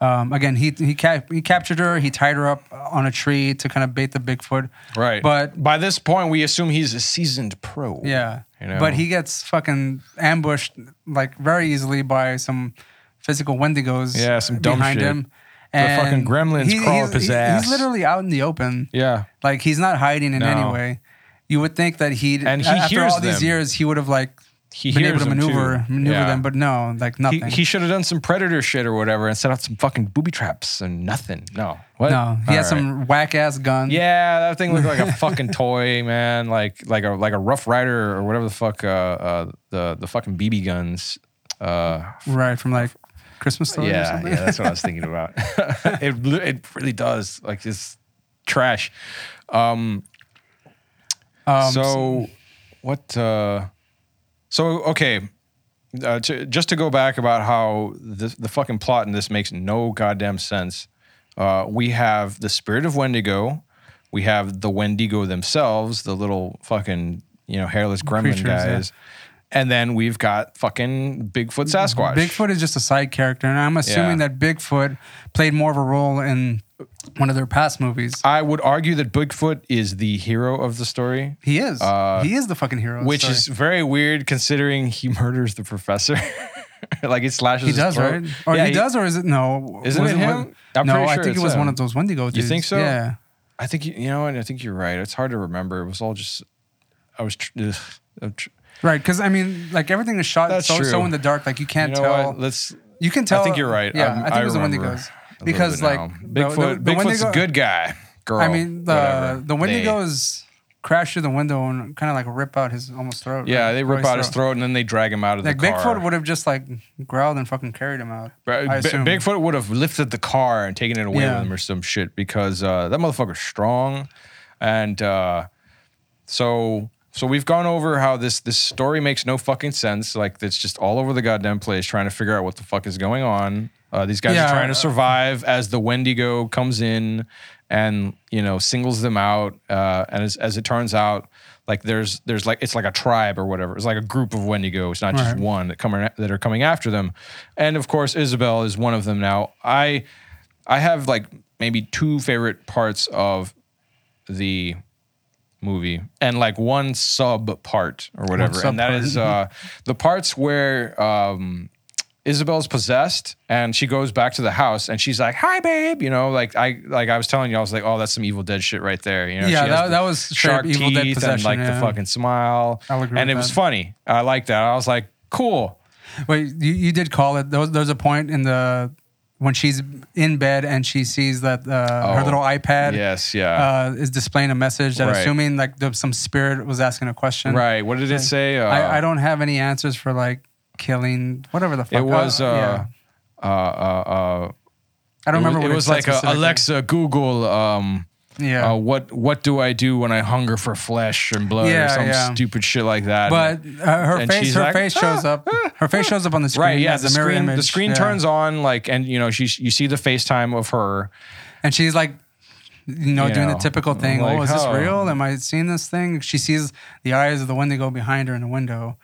Speaker 2: um, again, he he, cap- he captured her, he tied her up on a tree to kind of bait the Bigfoot.
Speaker 3: right,
Speaker 2: But
Speaker 3: by this point, we assume he's a seasoned pro.
Speaker 2: yeah,
Speaker 3: You know.
Speaker 2: but he gets fucking ambushed like very easily by some physical Wendigos.
Speaker 3: Yeah, some dumb
Speaker 2: behind
Speaker 3: shit.
Speaker 2: him.
Speaker 3: The fucking
Speaker 2: And
Speaker 3: gremlins crawl
Speaker 2: he's-
Speaker 3: up his
Speaker 2: he's-
Speaker 3: ass.
Speaker 2: He's literally out in the open.
Speaker 3: yeah.
Speaker 2: Like he's not hiding in any
Speaker 3: No.
Speaker 2: way. You would think that he'd
Speaker 3: And he
Speaker 2: after
Speaker 3: hears
Speaker 2: all these
Speaker 3: them.
Speaker 2: years he would have like
Speaker 3: He
Speaker 2: been able
Speaker 3: hears
Speaker 2: to
Speaker 3: them,
Speaker 2: maneuver
Speaker 3: too.
Speaker 2: maneuver
Speaker 3: Yeah.
Speaker 2: them, but no, like
Speaker 3: He,
Speaker 2: nothing.
Speaker 3: he should have done some predator shit or whatever and set up some fucking booby traps and nothing. No, what?
Speaker 2: no, he
Speaker 3: All
Speaker 2: had
Speaker 3: right.
Speaker 2: some whack ass gun.
Speaker 3: Yeah, that thing looked
Speaker 2: (laughs)
Speaker 3: like a fucking toy, man. Like like a like a Rough Rider or whatever the fuck uh, uh the the fucking BB guns. Uh,
Speaker 2: right from like Christmas story. or
Speaker 3: yeah,
Speaker 2: something.
Speaker 3: yeah, that's what I
Speaker 2: (laughs)
Speaker 3: was thinking about. (laughs) it li- it really does like it's trash. Um,
Speaker 2: Um,
Speaker 3: so what? Uh, so okay. Uh, to, just to go back about how the, the fucking plot in this makes no goddamn sense. Uh, we have the spirit of Wendigo. We have the Wendigo themselves, the little fucking you know hairless gremlin
Speaker 2: Creatures, yeah.
Speaker 3: guys, and then we've got fucking Bigfoot Sasquatch.
Speaker 2: Bigfoot is just a side character, and I'm assuming
Speaker 3: Yeah.
Speaker 2: that Bigfoot played more of a role in one of their past movies.
Speaker 3: I would argue that Bigfoot is the hero of the story,
Speaker 2: He is. he is the fucking hero. of the
Speaker 3: uh, which
Speaker 2: story.
Speaker 3: is very weird considering he murders the professor. (laughs) like it slashes.
Speaker 2: he
Speaker 3: his
Speaker 2: does,
Speaker 3: throat.
Speaker 2: right? Or
Speaker 3: Yeah,
Speaker 2: he, does, or is it no?
Speaker 3: Isn't
Speaker 2: was
Speaker 3: it him?
Speaker 2: one-
Speaker 3: I'm
Speaker 2: no,
Speaker 3: pretty
Speaker 2: I
Speaker 3: sure
Speaker 2: think it
Speaker 3: it's
Speaker 2: was one
Speaker 3: him.
Speaker 2: of those Wendigo dudes.
Speaker 3: think so?
Speaker 2: Yeah.
Speaker 3: I think you, you know, and I think you're right. It's hard to remember. It was all just. I was. Tr- ugh, I'm tr-
Speaker 2: Right, because I mean, like everything is shot
Speaker 3: That's
Speaker 2: so, so
Speaker 3: true.
Speaker 2: in the dark, like you
Speaker 3: you
Speaker 2: can't
Speaker 3: know
Speaker 2: tell.
Speaker 3: what? Let's.
Speaker 2: You can tell.
Speaker 3: I think you're right.
Speaker 2: Yeah,
Speaker 3: I'm-
Speaker 2: i think it was the
Speaker 3: remember
Speaker 2: Wendigos
Speaker 3: a little
Speaker 2: because
Speaker 3: bit
Speaker 2: like
Speaker 3: now.
Speaker 2: the-
Speaker 3: Bigfoot.
Speaker 2: the- the
Speaker 3: Bigfoot's
Speaker 2: Wendigo-
Speaker 3: a good guy. Girl.
Speaker 2: I mean, the
Speaker 3: whatever.
Speaker 2: the Wendigos crash through the window and kind of like rip out his almost throat.
Speaker 3: They, yeah,
Speaker 2: right?
Speaker 3: they
Speaker 2: Or
Speaker 3: rip out his throat and then they drag him out of
Speaker 2: Like
Speaker 3: the car.
Speaker 2: Bigfoot would have just like growled and fucking carried him out.
Speaker 3: Right,
Speaker 2: I
Speaker 3: Bi-
Speaker 2: assume.
Speaker 3: Bigfoot would have lifted the car and taken it away
Speaker 2: Yeah.
Speaker 3: with him or some shit because uh, that motherfucker's strong. And uh, so, so we've gone over how this this story makes no fucking sense. Like it's just all over the goddamn place, trying to figure out what the fuck is going on. Uh, these guys
Speaker 2: Yeah.
Speaker 3: are trying to survive as the Wendigo comes in and you know singles them out. Uh, and as, as it turns out, like there's there's like it's like a tribe or whatever. It's like a group of Wendigos, not just
Speaker 2: Right.
Speaker 3: one that coming that are coming after them. And of course, Isabel is one of them now. I I have like maybe two favorite parts of the movie and like one sub part or whatever. And that
Speaker 2: sub-part.
Speaker 3: is uh, the parts where um, Isabel's possessed and she goes back to the house and she's like, "Hi, babe," you know, like I like I was telling you, I was like, "Oh, that's some Evil Dead shit right there." You know,
Speaker 2: Yeah,
Speaker 3: she has
Speaker 2: that-
Speaker 3: the
Speaker 2: that was straight up Evil Dead
Speaker 3: and
Speaker 2: possession,
Speaker 3: like
Speaker 2: yeah.
Speaker 3: the fucking smile,
Speaker 2: I'll agree
Speaker 3: and
Speaker 2: with
Speaker 3: it was
Speaker 2: that.
Speaker 3: funny. I like that. I was like, "Cool."
Speaker 2: Wait, you, you did call it. There was, there's a point in the when she's in bed and she sees that uh, her
Speaker 3: Oh,
Speaker 2: little iPad
Speaker 3: Yes, yeah.
Speaker 2: uh, is displaying a message that
Speaker 3: Right.
Speaker 2: assuming like the, some spirit was asking a question.
Speaker 3: right. What did it say? Uh,
Speaker 2: I, I don't have any answers for like killing whatever the fuck
Speaker 3: It was. Uh,
Speaker 2: yeah.
Speaker 3: uh, uh, uh,
Speaker 2: I don't
Speaker 3: it was-
Speaker 2: remember. what
Speaker 3: It was
Speaker 2: said
Speaker 3: like a,
Speaker 2: specifically.
Speaker 3: Alexa, Google. Um,
Speaker 2: Yeah.
Speaker 3: uh, what what do I do when I hunger for flesh and blood or
Speaker 2: Yeah,
Speaker 3: some
Speaker 2: yeah.
Speaker 3: stupid shit like that?
Speaker 2: but uh, her
Speaker 3: and
Speaker 2: face,
Speaker 3: she's
Speaker 2: her
Speaker 3: like, "Ah,
Speaker 2: face shows up. Her face shows up on the screen.
Speaker 3: right, yeah,
Speaker 2: as
Speaker 3: the
Speaker 2: a mirror
Speaker 3: screen the
Speaker 2: image.
Speaker 3: screen
Speaker 2: Yeah.
Speaker 3: turns on like, and you know she you see the FaceTime of her.
Speaker 2: and she's like, you know,
Speaker 3: You
Speaker 2: doing
Speaker 3: know,
Speaker 2: the typical thing.
Speaker 3: like,
Speaker 2: oh, is this
Speaker 3: oh.
Speaker 2: real? Am I seeing this thing? She sees the eyes of the Wendigo behind her in the window,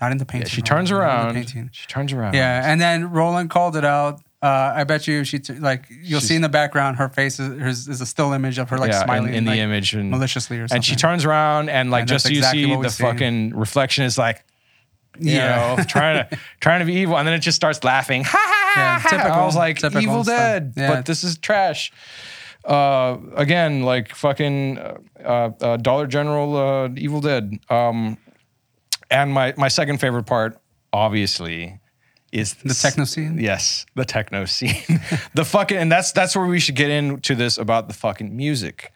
Speaker 2: not in the painting.
Speaker 3: She
Speaker 2: Roland,
Speaker 3: turns
Speaker 2: not in the
Speaker 3: around.
Speaker 2: painting.
Speaker 3: She turns around.
Speaker 2: Yeah, and then Roland called it out. Uh, I bet you she t- like you'll
Speaker 3: She's-
Speaker 2: see in the background her face is, hers is a still image of her like
Speaker 3: Yeah, in-
Speaker 2: smiling
Speaker 3: in, the
Speaker 2: like,
Speaker 3: image and
Speaker 2: maliciously or something.
Speaker 3: And she turns around and like
Speaker 2: And
Speaker 3: just so
Speaker 2: that's
Speaker 3: you
Speaker 2: exactly
Speaker 3: see
Speaker 2: what we
Speaker 3: the
Speaker 2: see.
Speaker 3: fucking reflection is like, you
Speaker 2: Yeah. (laughs)
Speaker 3: know, trying to trying to be evil, and then it just starts laughing. Ha ha
Speaker 2: Yeah,
Speaker 3: ha! ha.
Speaker 2: typical-
Speaker 3: I was like,
Speaker 2: typical
Speaker 3: Evil
Speaker 2: stuff.
Speaker 3: Dead,
Speaker 2: Yeah.
Speaker 3: but this is trash. Uh, again, like fucking uh, uh, Dollar General, uh, Evil Dead. Um, and my my second favorite part, obviously, is
Speaker 2: the techno scene.
Speaker 3: Yes, the techno scene. (laughs) the fucking and that's that's where we should get into this about the fucking music.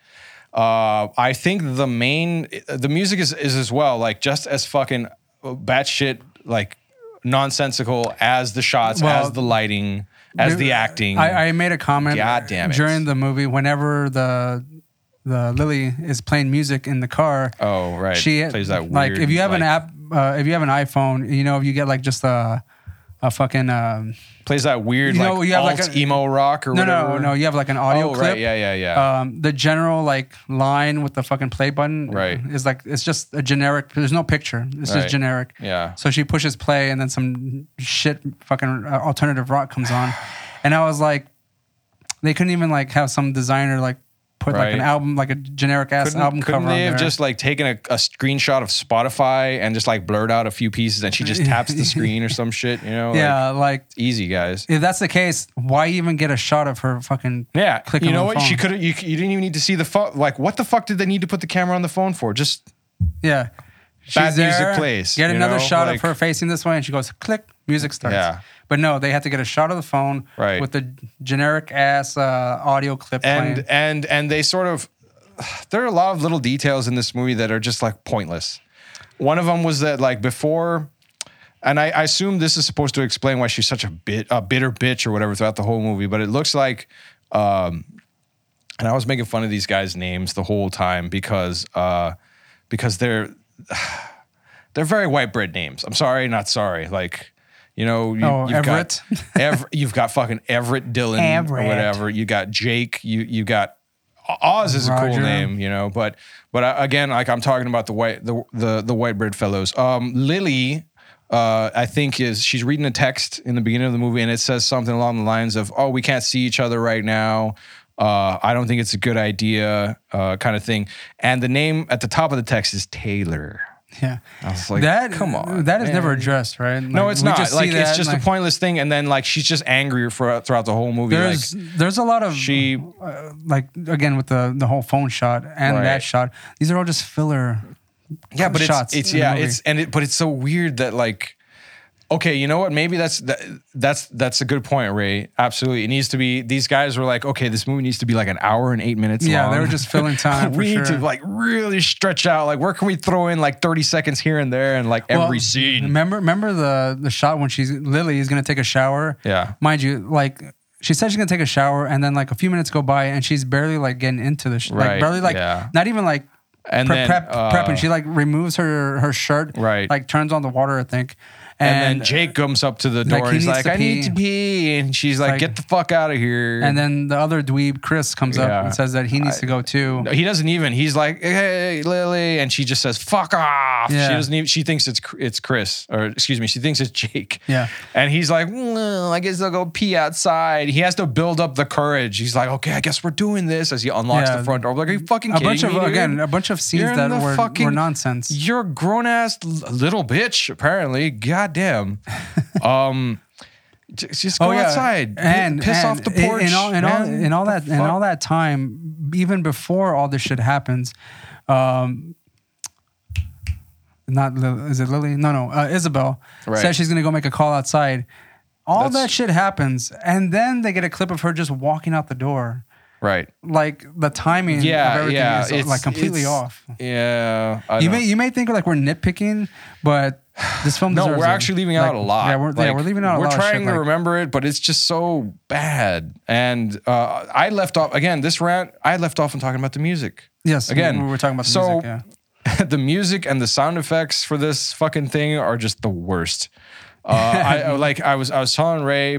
Speaker 3: Uh, I think the main the music is is as well like just as fucking batshit like nonsensical as the shots
Speaker 2: Well-
Speaker 3: as the lighting as the acting.
Speaker 2: I, I made a comment
Speaker 3: God damn it.
Speaker 2: during the movie. Whenever the the Lily is playing music in the car,
Speaker 3: oh right,
Speaker 2: she
Speaker 3: plays that weird.
Speaker 2: like if you have an
Speaker 3: like,
Speaker 2: app, uh, if you have an iPhone, you know if you get like just a a fucking um,
Speaker 3: plays that weird
Speaker 2: You know,
Speaker 3: like
Speaker 2: you have,
Speaker 3: alt
Speaker 2: like, a-
Speaker 3: emo rock or
Speaker 2: no
Speaker 3: whatever.
Speaker 2: no no you have like an audio
Speaker 3: Oh
Speaker 2: clip.
Speaker 3: right, yeah yeah yeah.
Speaker 2: Um, the general like line with the fucking play button
Speaker 3: Right.
Speaker 2: is like it's just a generic. There's no picture. It's
Speaker 3: Right.
Speaker 2: just generic.
Speaker 3: Yeah.
Speaker 2: So she pushes play, and then some shit fucking uh, alternative rock comes on, and I was like, they couldn't even like have some designer like put like an
Speaker 3: Right.
Speaker 2: album like a generic ass
Speaker 3: Couldn't,
Speaker 2: album
Speaker 3: couldn't
Speaker 2: cover
Speaker 3: they
Speaker 2: on
Speaker 3: have
Speaker 2: there.
Speaker 3: just like taken a, a screenshot of Spotify and just like blurred out a few pieces and she just taps the screen or some shit, you (laughs) know? Like,
Speaker 2: yeah, like
Speaker 3: it's easy, guys.
Speaker 2: if that's the case, why even get a shot of her fucking
Speaker 3: Yeah,
Speaker 2: Click
Speaker 3: you
Speaker 2: on
Speaker 3: know
Speaker 2: the
Speaker 3: what? She
Speaker 2: phone.
Speaker 3: could. You, you didn't even need to see the phone. Like, what the fuck did they need to put the camera on the phone for? Just
Speaker 2: yeah.
Speaker 3: Bad music plays,
Speaker 2: Get
Speaker 3: you
Speaker 2: another
Speaker 3: know,
Speaker 2: shot
Speaker 3: like-
Speaker 2: of her facing this way, and she goes click. Music starts.
Speaker 3: Yeah.
Speaker 2: But no, they had to get a shot of the phone
Speaker 3: Right.
Speaker 2: with the generic ass uh, audio clip
Speaker 3: and
Speaker 2: playing.
Speaker 3: and and they sort of. There are a lot of little details in this movie that are just like pointless. One of them was that like before, and I, I assume this is supposed to explain why she's such a bit a bitter bitch or whatever throughout the whole movie. But it looks like, um, and I was making fun of these guys' names the whole time because uh, because they're (sighs) they're very white bread names. I'm sorry, not sorry. Like, you know, you,
Speaker 2: Oh,
Speaker 3: you've
Speaker 2: Everett. (laughs)
Speaker 3: got Ever, you've got fucking Everett Dillon or
Speaker 2: Everett.
Speaker 3: whatever. You got Jake. You you got Oz is a cool
Speaker 2: Roger.
Speaker 3: name, you know. But but I- again, like I'm talking about the white the the, the white bread fellows. Um, Lily. Uh, I think is she's reading a text in the beginning of the movie and it says something along the lines of oh we can't see each other right now uh, I don't think it's a good idea uh, kind of thing and the name at the top of the text is Taylor
Speaker 2: yeah.
Speaker 3: I was like,
Speaker 2: that
Speaker 3: come on.
Speaker 2: That is
Speaker 3: man."
Speaker 2: never addressed, right?
Speaker 3: No, it's
Speaker 2: we
Speaker 3: not.
Speaker 2: just see
Speaker 3: like
Speaker 2: that
Speaker 3: it's just
Speaker 2: and,
Speaker 3: a
Speaker 2: like,
Speaker 3: pointless thing, and then like she's just angrier for, throughout the whole movie. Like
Speaker 2: There's there's a lot of
Speaker 3: she,
Speaker 2: uh, like again with the the whole phone shot and
Speaker 3: Right.
Speaker 2: that shot. These are all just filler.
Speaker 3: yeah, but
Speaker 2: shots
Speaker 3: it's, it's
Speaker 2: in the
Speaker 3: yeah,
Speaker 2: movie.
Speaker 3: it's and it, but it's so weird that like, okay, you know what? Maybe that's that, that's that's a good point, Ray. Absolutely, it needs to be. These guys were like, okay, this movie needs to be like an hour and eight minutes.
Speaker 2: Yeah,
Speaker 3: long.
Speaker 2: they were just
Speaker 3: (laughs)
Speaker 2: filling time. for
Speaker 3: we need
Speaker 2: sure.
Speaker 3: to like really stretch out. Like, where can we throw in like thirty seconds here and there, and like
Speaker 2: Well,
Speaker 3: every scene?
Speaker 2: Remember, remember the the shot when she's Lily is gonna take a shower.
Speaker 3: Yeah.
Speaker 2: mind you, like she said she's gonna take a shower, and then like a few minutes go by, and she's barely like getting into the sh-
Speaker 3: Right,
Speaker 2: like barely like
Speaker 3: yeah.
Speaker 2: not even like
Speaker 3: And
Speaker 2: pre-
Speaker 3: then,
Speaker 2: prep
Speaker 3: uh,
Speaker 2: prepping. She like removes her her shirt,
Speaker 3: Right.
Speaker 2: Like turns on the water, I think, and,
Speaker 3: And, then Jake comes up to the door
Speaker 2: like,
Speaker 3: and
Speaker 2: he
Speaker 3: he's
Speaker 2: needs
Speaker 3: like,
Speaker 2: to
Speaker 3: I need to pee. And she's like,
Speaker 2: like-
Speaker 3: get the fuck out of here.
Speaker 2: and then the other dweeb Chris comes
Speaker 3: Yeah.
Speaker 2: up and says that he needs to go too.
Speaker 3: he doesn't even, he's like, hey, Lily. And she just says, fuck off.
Speaker 2: Yeah.
Speaker 3: She doesn't even, she thinks it's it's Chris, or excuse me, she thinks it's Jake.
Speaker 2: Yeah.
Speaker 3: And he's like, well, I guess I'll go pee outside. He has to build up the courage. He's like, okay, I guess we're doing this as he unlocks
Speaker 2: Yeah.
Speaker 3: the front door. I'm like, are you fucking
Speaker 2: A
Speaker 3: kidding
Speaker 2: bunch of
Speaker 3: me, dude?
Speaker 2: again, a bunch of scenes
Speaker 3: You're in
Speaker 2: that
Speaker 3: the
Speaker 2: were, were
Speaker 3: fucking-
Speaker 2: nonsense.
Speaker 3: You're a grown ass little bitch, apparently.
Speaker 2: (laughs)
Speaker 3: Goddamn. um, j- just go outside P-
Speaker 2: Oh, and
Speaker 3: piss
Speaker 2: and
Speaker 3: off the
Speaker 2: in-
Speaker 3: porch.
Speaker 2: In all, in all,
Speaker 3: man.
Speaker 2: in all
Speaker 3: The
Speaker 2: that, in
Speaker 3: fuck?
Speaker 2: all that time, even before all this shit happens, um, not Lil- is it Lily? No, no, uh, Isabel
Speaker 3: Right.
Speaker 2: says she's gonna go make a call outside. All
Speaker 3: That's-
Speaker 2: that shit happens, and then they get a clip of her just walking out the door.
Speaker 3: Right.
Speaker 2: Like the timing
Speaker 3: Yeah,
Speaker 2: of everything
Speaker 3: yeah,
Speaker 2: is
Speaker 3: it's-
Speaker 2: like completely
Speaker 3: it's-
Speaker 2: off.
Speaker 3: Yeah. I
Speaker 2: You
Speaker 3: don't-
Speaker 2: may you may think like we're nitpicking, but this film.
Speaker 3: (sighs) no,
Speaker 2: deserves
Speaker 3: we're
Speaker 2: it.
Speaker 3: actually leaving
Speaker 2: Like,
Speaker 3: out a lot.
Speaker 2: Yeah, we're, yeah,
Speaker 3: Like,
Speaker 2: we're leaving out a
Speaker 3: We're
Speaker 2: lot. of shit,
Speaker 3: trying to
Speaker 2: like-
Speaker 3: remember it, but it's just so bad. And uh, I left off again. This rant, I left off on talking about the music.
Speaker 2: Yes,
Speaker 3: Again,
Speaker 2: we were talking about the
Speaker 3: so
Speaker 2: music, yeah.
Speaker 3: (laughs) the music and the sound effects for this fucking thing are just the worst.
Speaker 2: (laughs)
Speaker 3: Uh, I, I- like I was I was telling Ray,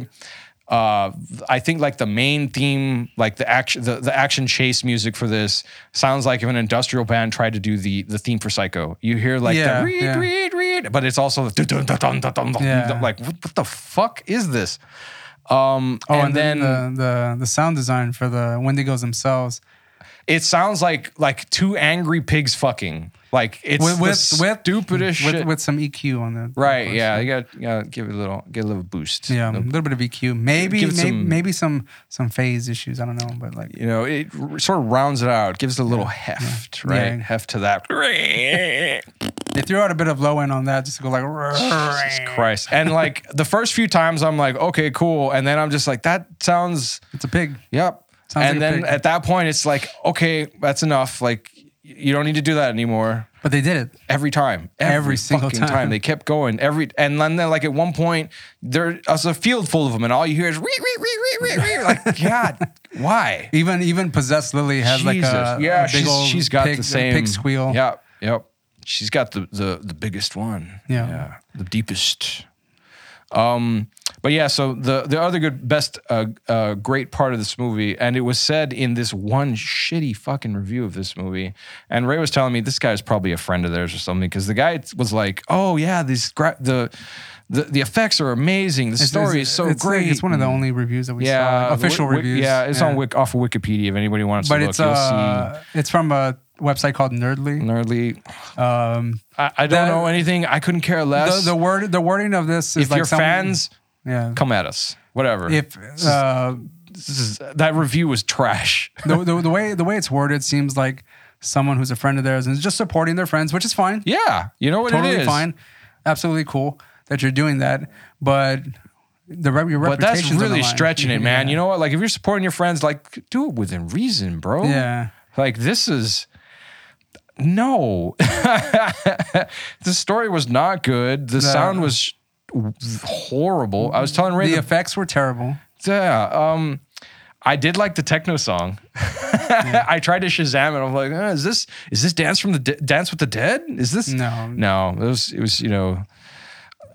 Speaker 3: uh, I think like the main theme, like the action the, the action chase music for this sounds like if an industrial band tried to do the the theme for Psycho. You hear like
Speaker 2: Yeah,
Speaker 3: the read
Speaker 2: yeah.
Speaker 3: read read, but it's also the dun, dun, dun, dun, dun, dun,
Speaker 2: Yeah.
Speaker 3: like what, what the fuck is this? Um,
Speaker 2: Oh,
Speaker 3: and, then,
Speaker 2: the, the the sound design for the Wendigos themselves
Speaker 3: it sounds like like two angry pigs fucking. Like it's
Speaker 2: with
Speaker 3: with,
Speaker 2: with
Speaker 3: the
Speaker 2: with,
Speaker 3: stupidest
Speaker 2: with,
Speaker 3: shit.
Speaker 2: with some EQ on the
Speaker 3: Right. Yeah. You got you got to give it a little get a little boost.
Speaker 2: yeah, a little bit of EQ, maybe
Speaker 3: Give it
Speaker 2: maybe,
Speaker 3: some-
Speaker 2: maybe some some phase issues. I don't know, but like
Speaker 3: You know, it r- sort of rounds it out, gives it a little heft, right?
Speaker 2: Yeah.
Speaker 3: Heft to that.
Speaker 2: (laughs) they threw out a bit of low end on that just to go like
Speaker 3: Jesus Christ. And like the first few times, I'm like, okay, cool. And then I'm just like, that sounds,
Speaker 2: it's a pig.
Speaker 3: yep.
Speaker 2: Sounds
Speaker 3: and
Speaker 2: like a
Speaker 3: then
Speaker 2: pig.
Speaker 3: at that point, it's like, okay, that's enough. Like, y- you don't need to do that anymore.
Speaker 2: But they did it.
Speaker 3: Every time, every,
Speaker 2: Every single
Speaker 3: fucking time.
Speaker 2: time.
Speaker 3: they kept going. Every and then they're like at one point there was a field full of them, and all you hear is wee wee wee wee wee wee. Like (laughs) God, why?
Speaker 2: Even even possessed Lily has like
Speaker 3: Jesus.
Speaker 2: a a
Speaker 3: yeah,
Speaker 2: big
Speaker 3: she's,
Speaker 2: old
Speaker 3: she's got
Speaker 2: pig, uh,
Speaker 3: the same
Speaker 2: pig squeal.
Speaker 3: Yep, yep. She's got the the the biggest one.
Speaker 2: Yeah.
Speaker 3: the deepest. Um, but yeah, so the the other good best uh, uh great part of this movie, and it was said in this one shitty fucking review of this movie, and Ray was telling me this guy's probably a friend of theirs or something because the guy was like, oh yeah, these gra- the. The, the effects are amazing. The story is so
Speaker 2: it's like-
Speaker 3: great. Mm.
Speaker 2: it's one of the
Speaker 3: and-
Speaker 2: only reviews that we
Speaker 3: yeah,
Speaker 2: saw. like, official
Speaker 3: Wik- Wik-
Speaker 2: reviews.
Speaker 3: Yeah, it's on Wik- off of Wikipedia. If anybody wants
Speaker 2: But
Speaker 3: to look,
Speaker 2: it's
Speaker 3: you'll
Speaker 2: uh, it's from a website called
Speaker 3: see.
Speaker 2: Nerdly.
Speaker 3: Nerdly,
Speaker 2: Um,
Speaker 3: I, I don't
Speaker 2: That-
Speaker 3: know anything. I couldn't care
Speaker 2: the,
Speaker 3: less.
Speaker 2: the word the wording of this is
Speaker 3: if
Speaker 2: like
Speaker 3: you're
Speaker 2: someone-
Speaker 3: fans,
Speaker 2: yeah.
Speaker 3: come at us. Whatever.
Speaker 2: If uh,
Speaker 3: this is, that review was trash. (laughs)
Speaker 2: the, the the way the way it's worded seems like someone who's a friend of theirs and is just supporting their friends, which is fine.
Speaker 3: Yeah, you know what
Speaker 2: totally
Speaker 3: it is.
Speaker 2: fine, absolutely cool that you're doing that, but the re- your
Speaker 3: But that's
Speaker 2: reputation's on the
Speaker 3: really
Speaker 2: line.
Speaker 3: stretching it, man.
Speaker 2: Yeah.
Speaker 3: You know what? Like if you're supporting your friends, like do it within reason, bro.
Speaker 2: Yeah.
Speaker 3: Like this is no. (laughs) the story was not good. The sound was horrible. I was telling Ray
Speaker 2: the
Speaker 3: the
Speaker 2: effects were terrible.
Speaker 3: Yeah. Um, I did like the techno song. I tried to Shazam it. I'm like, eh, is this is this Dance from the De- Dance with the Dead? Is this
Speaker 2: No.
Speaker 3: No, it was it was you know,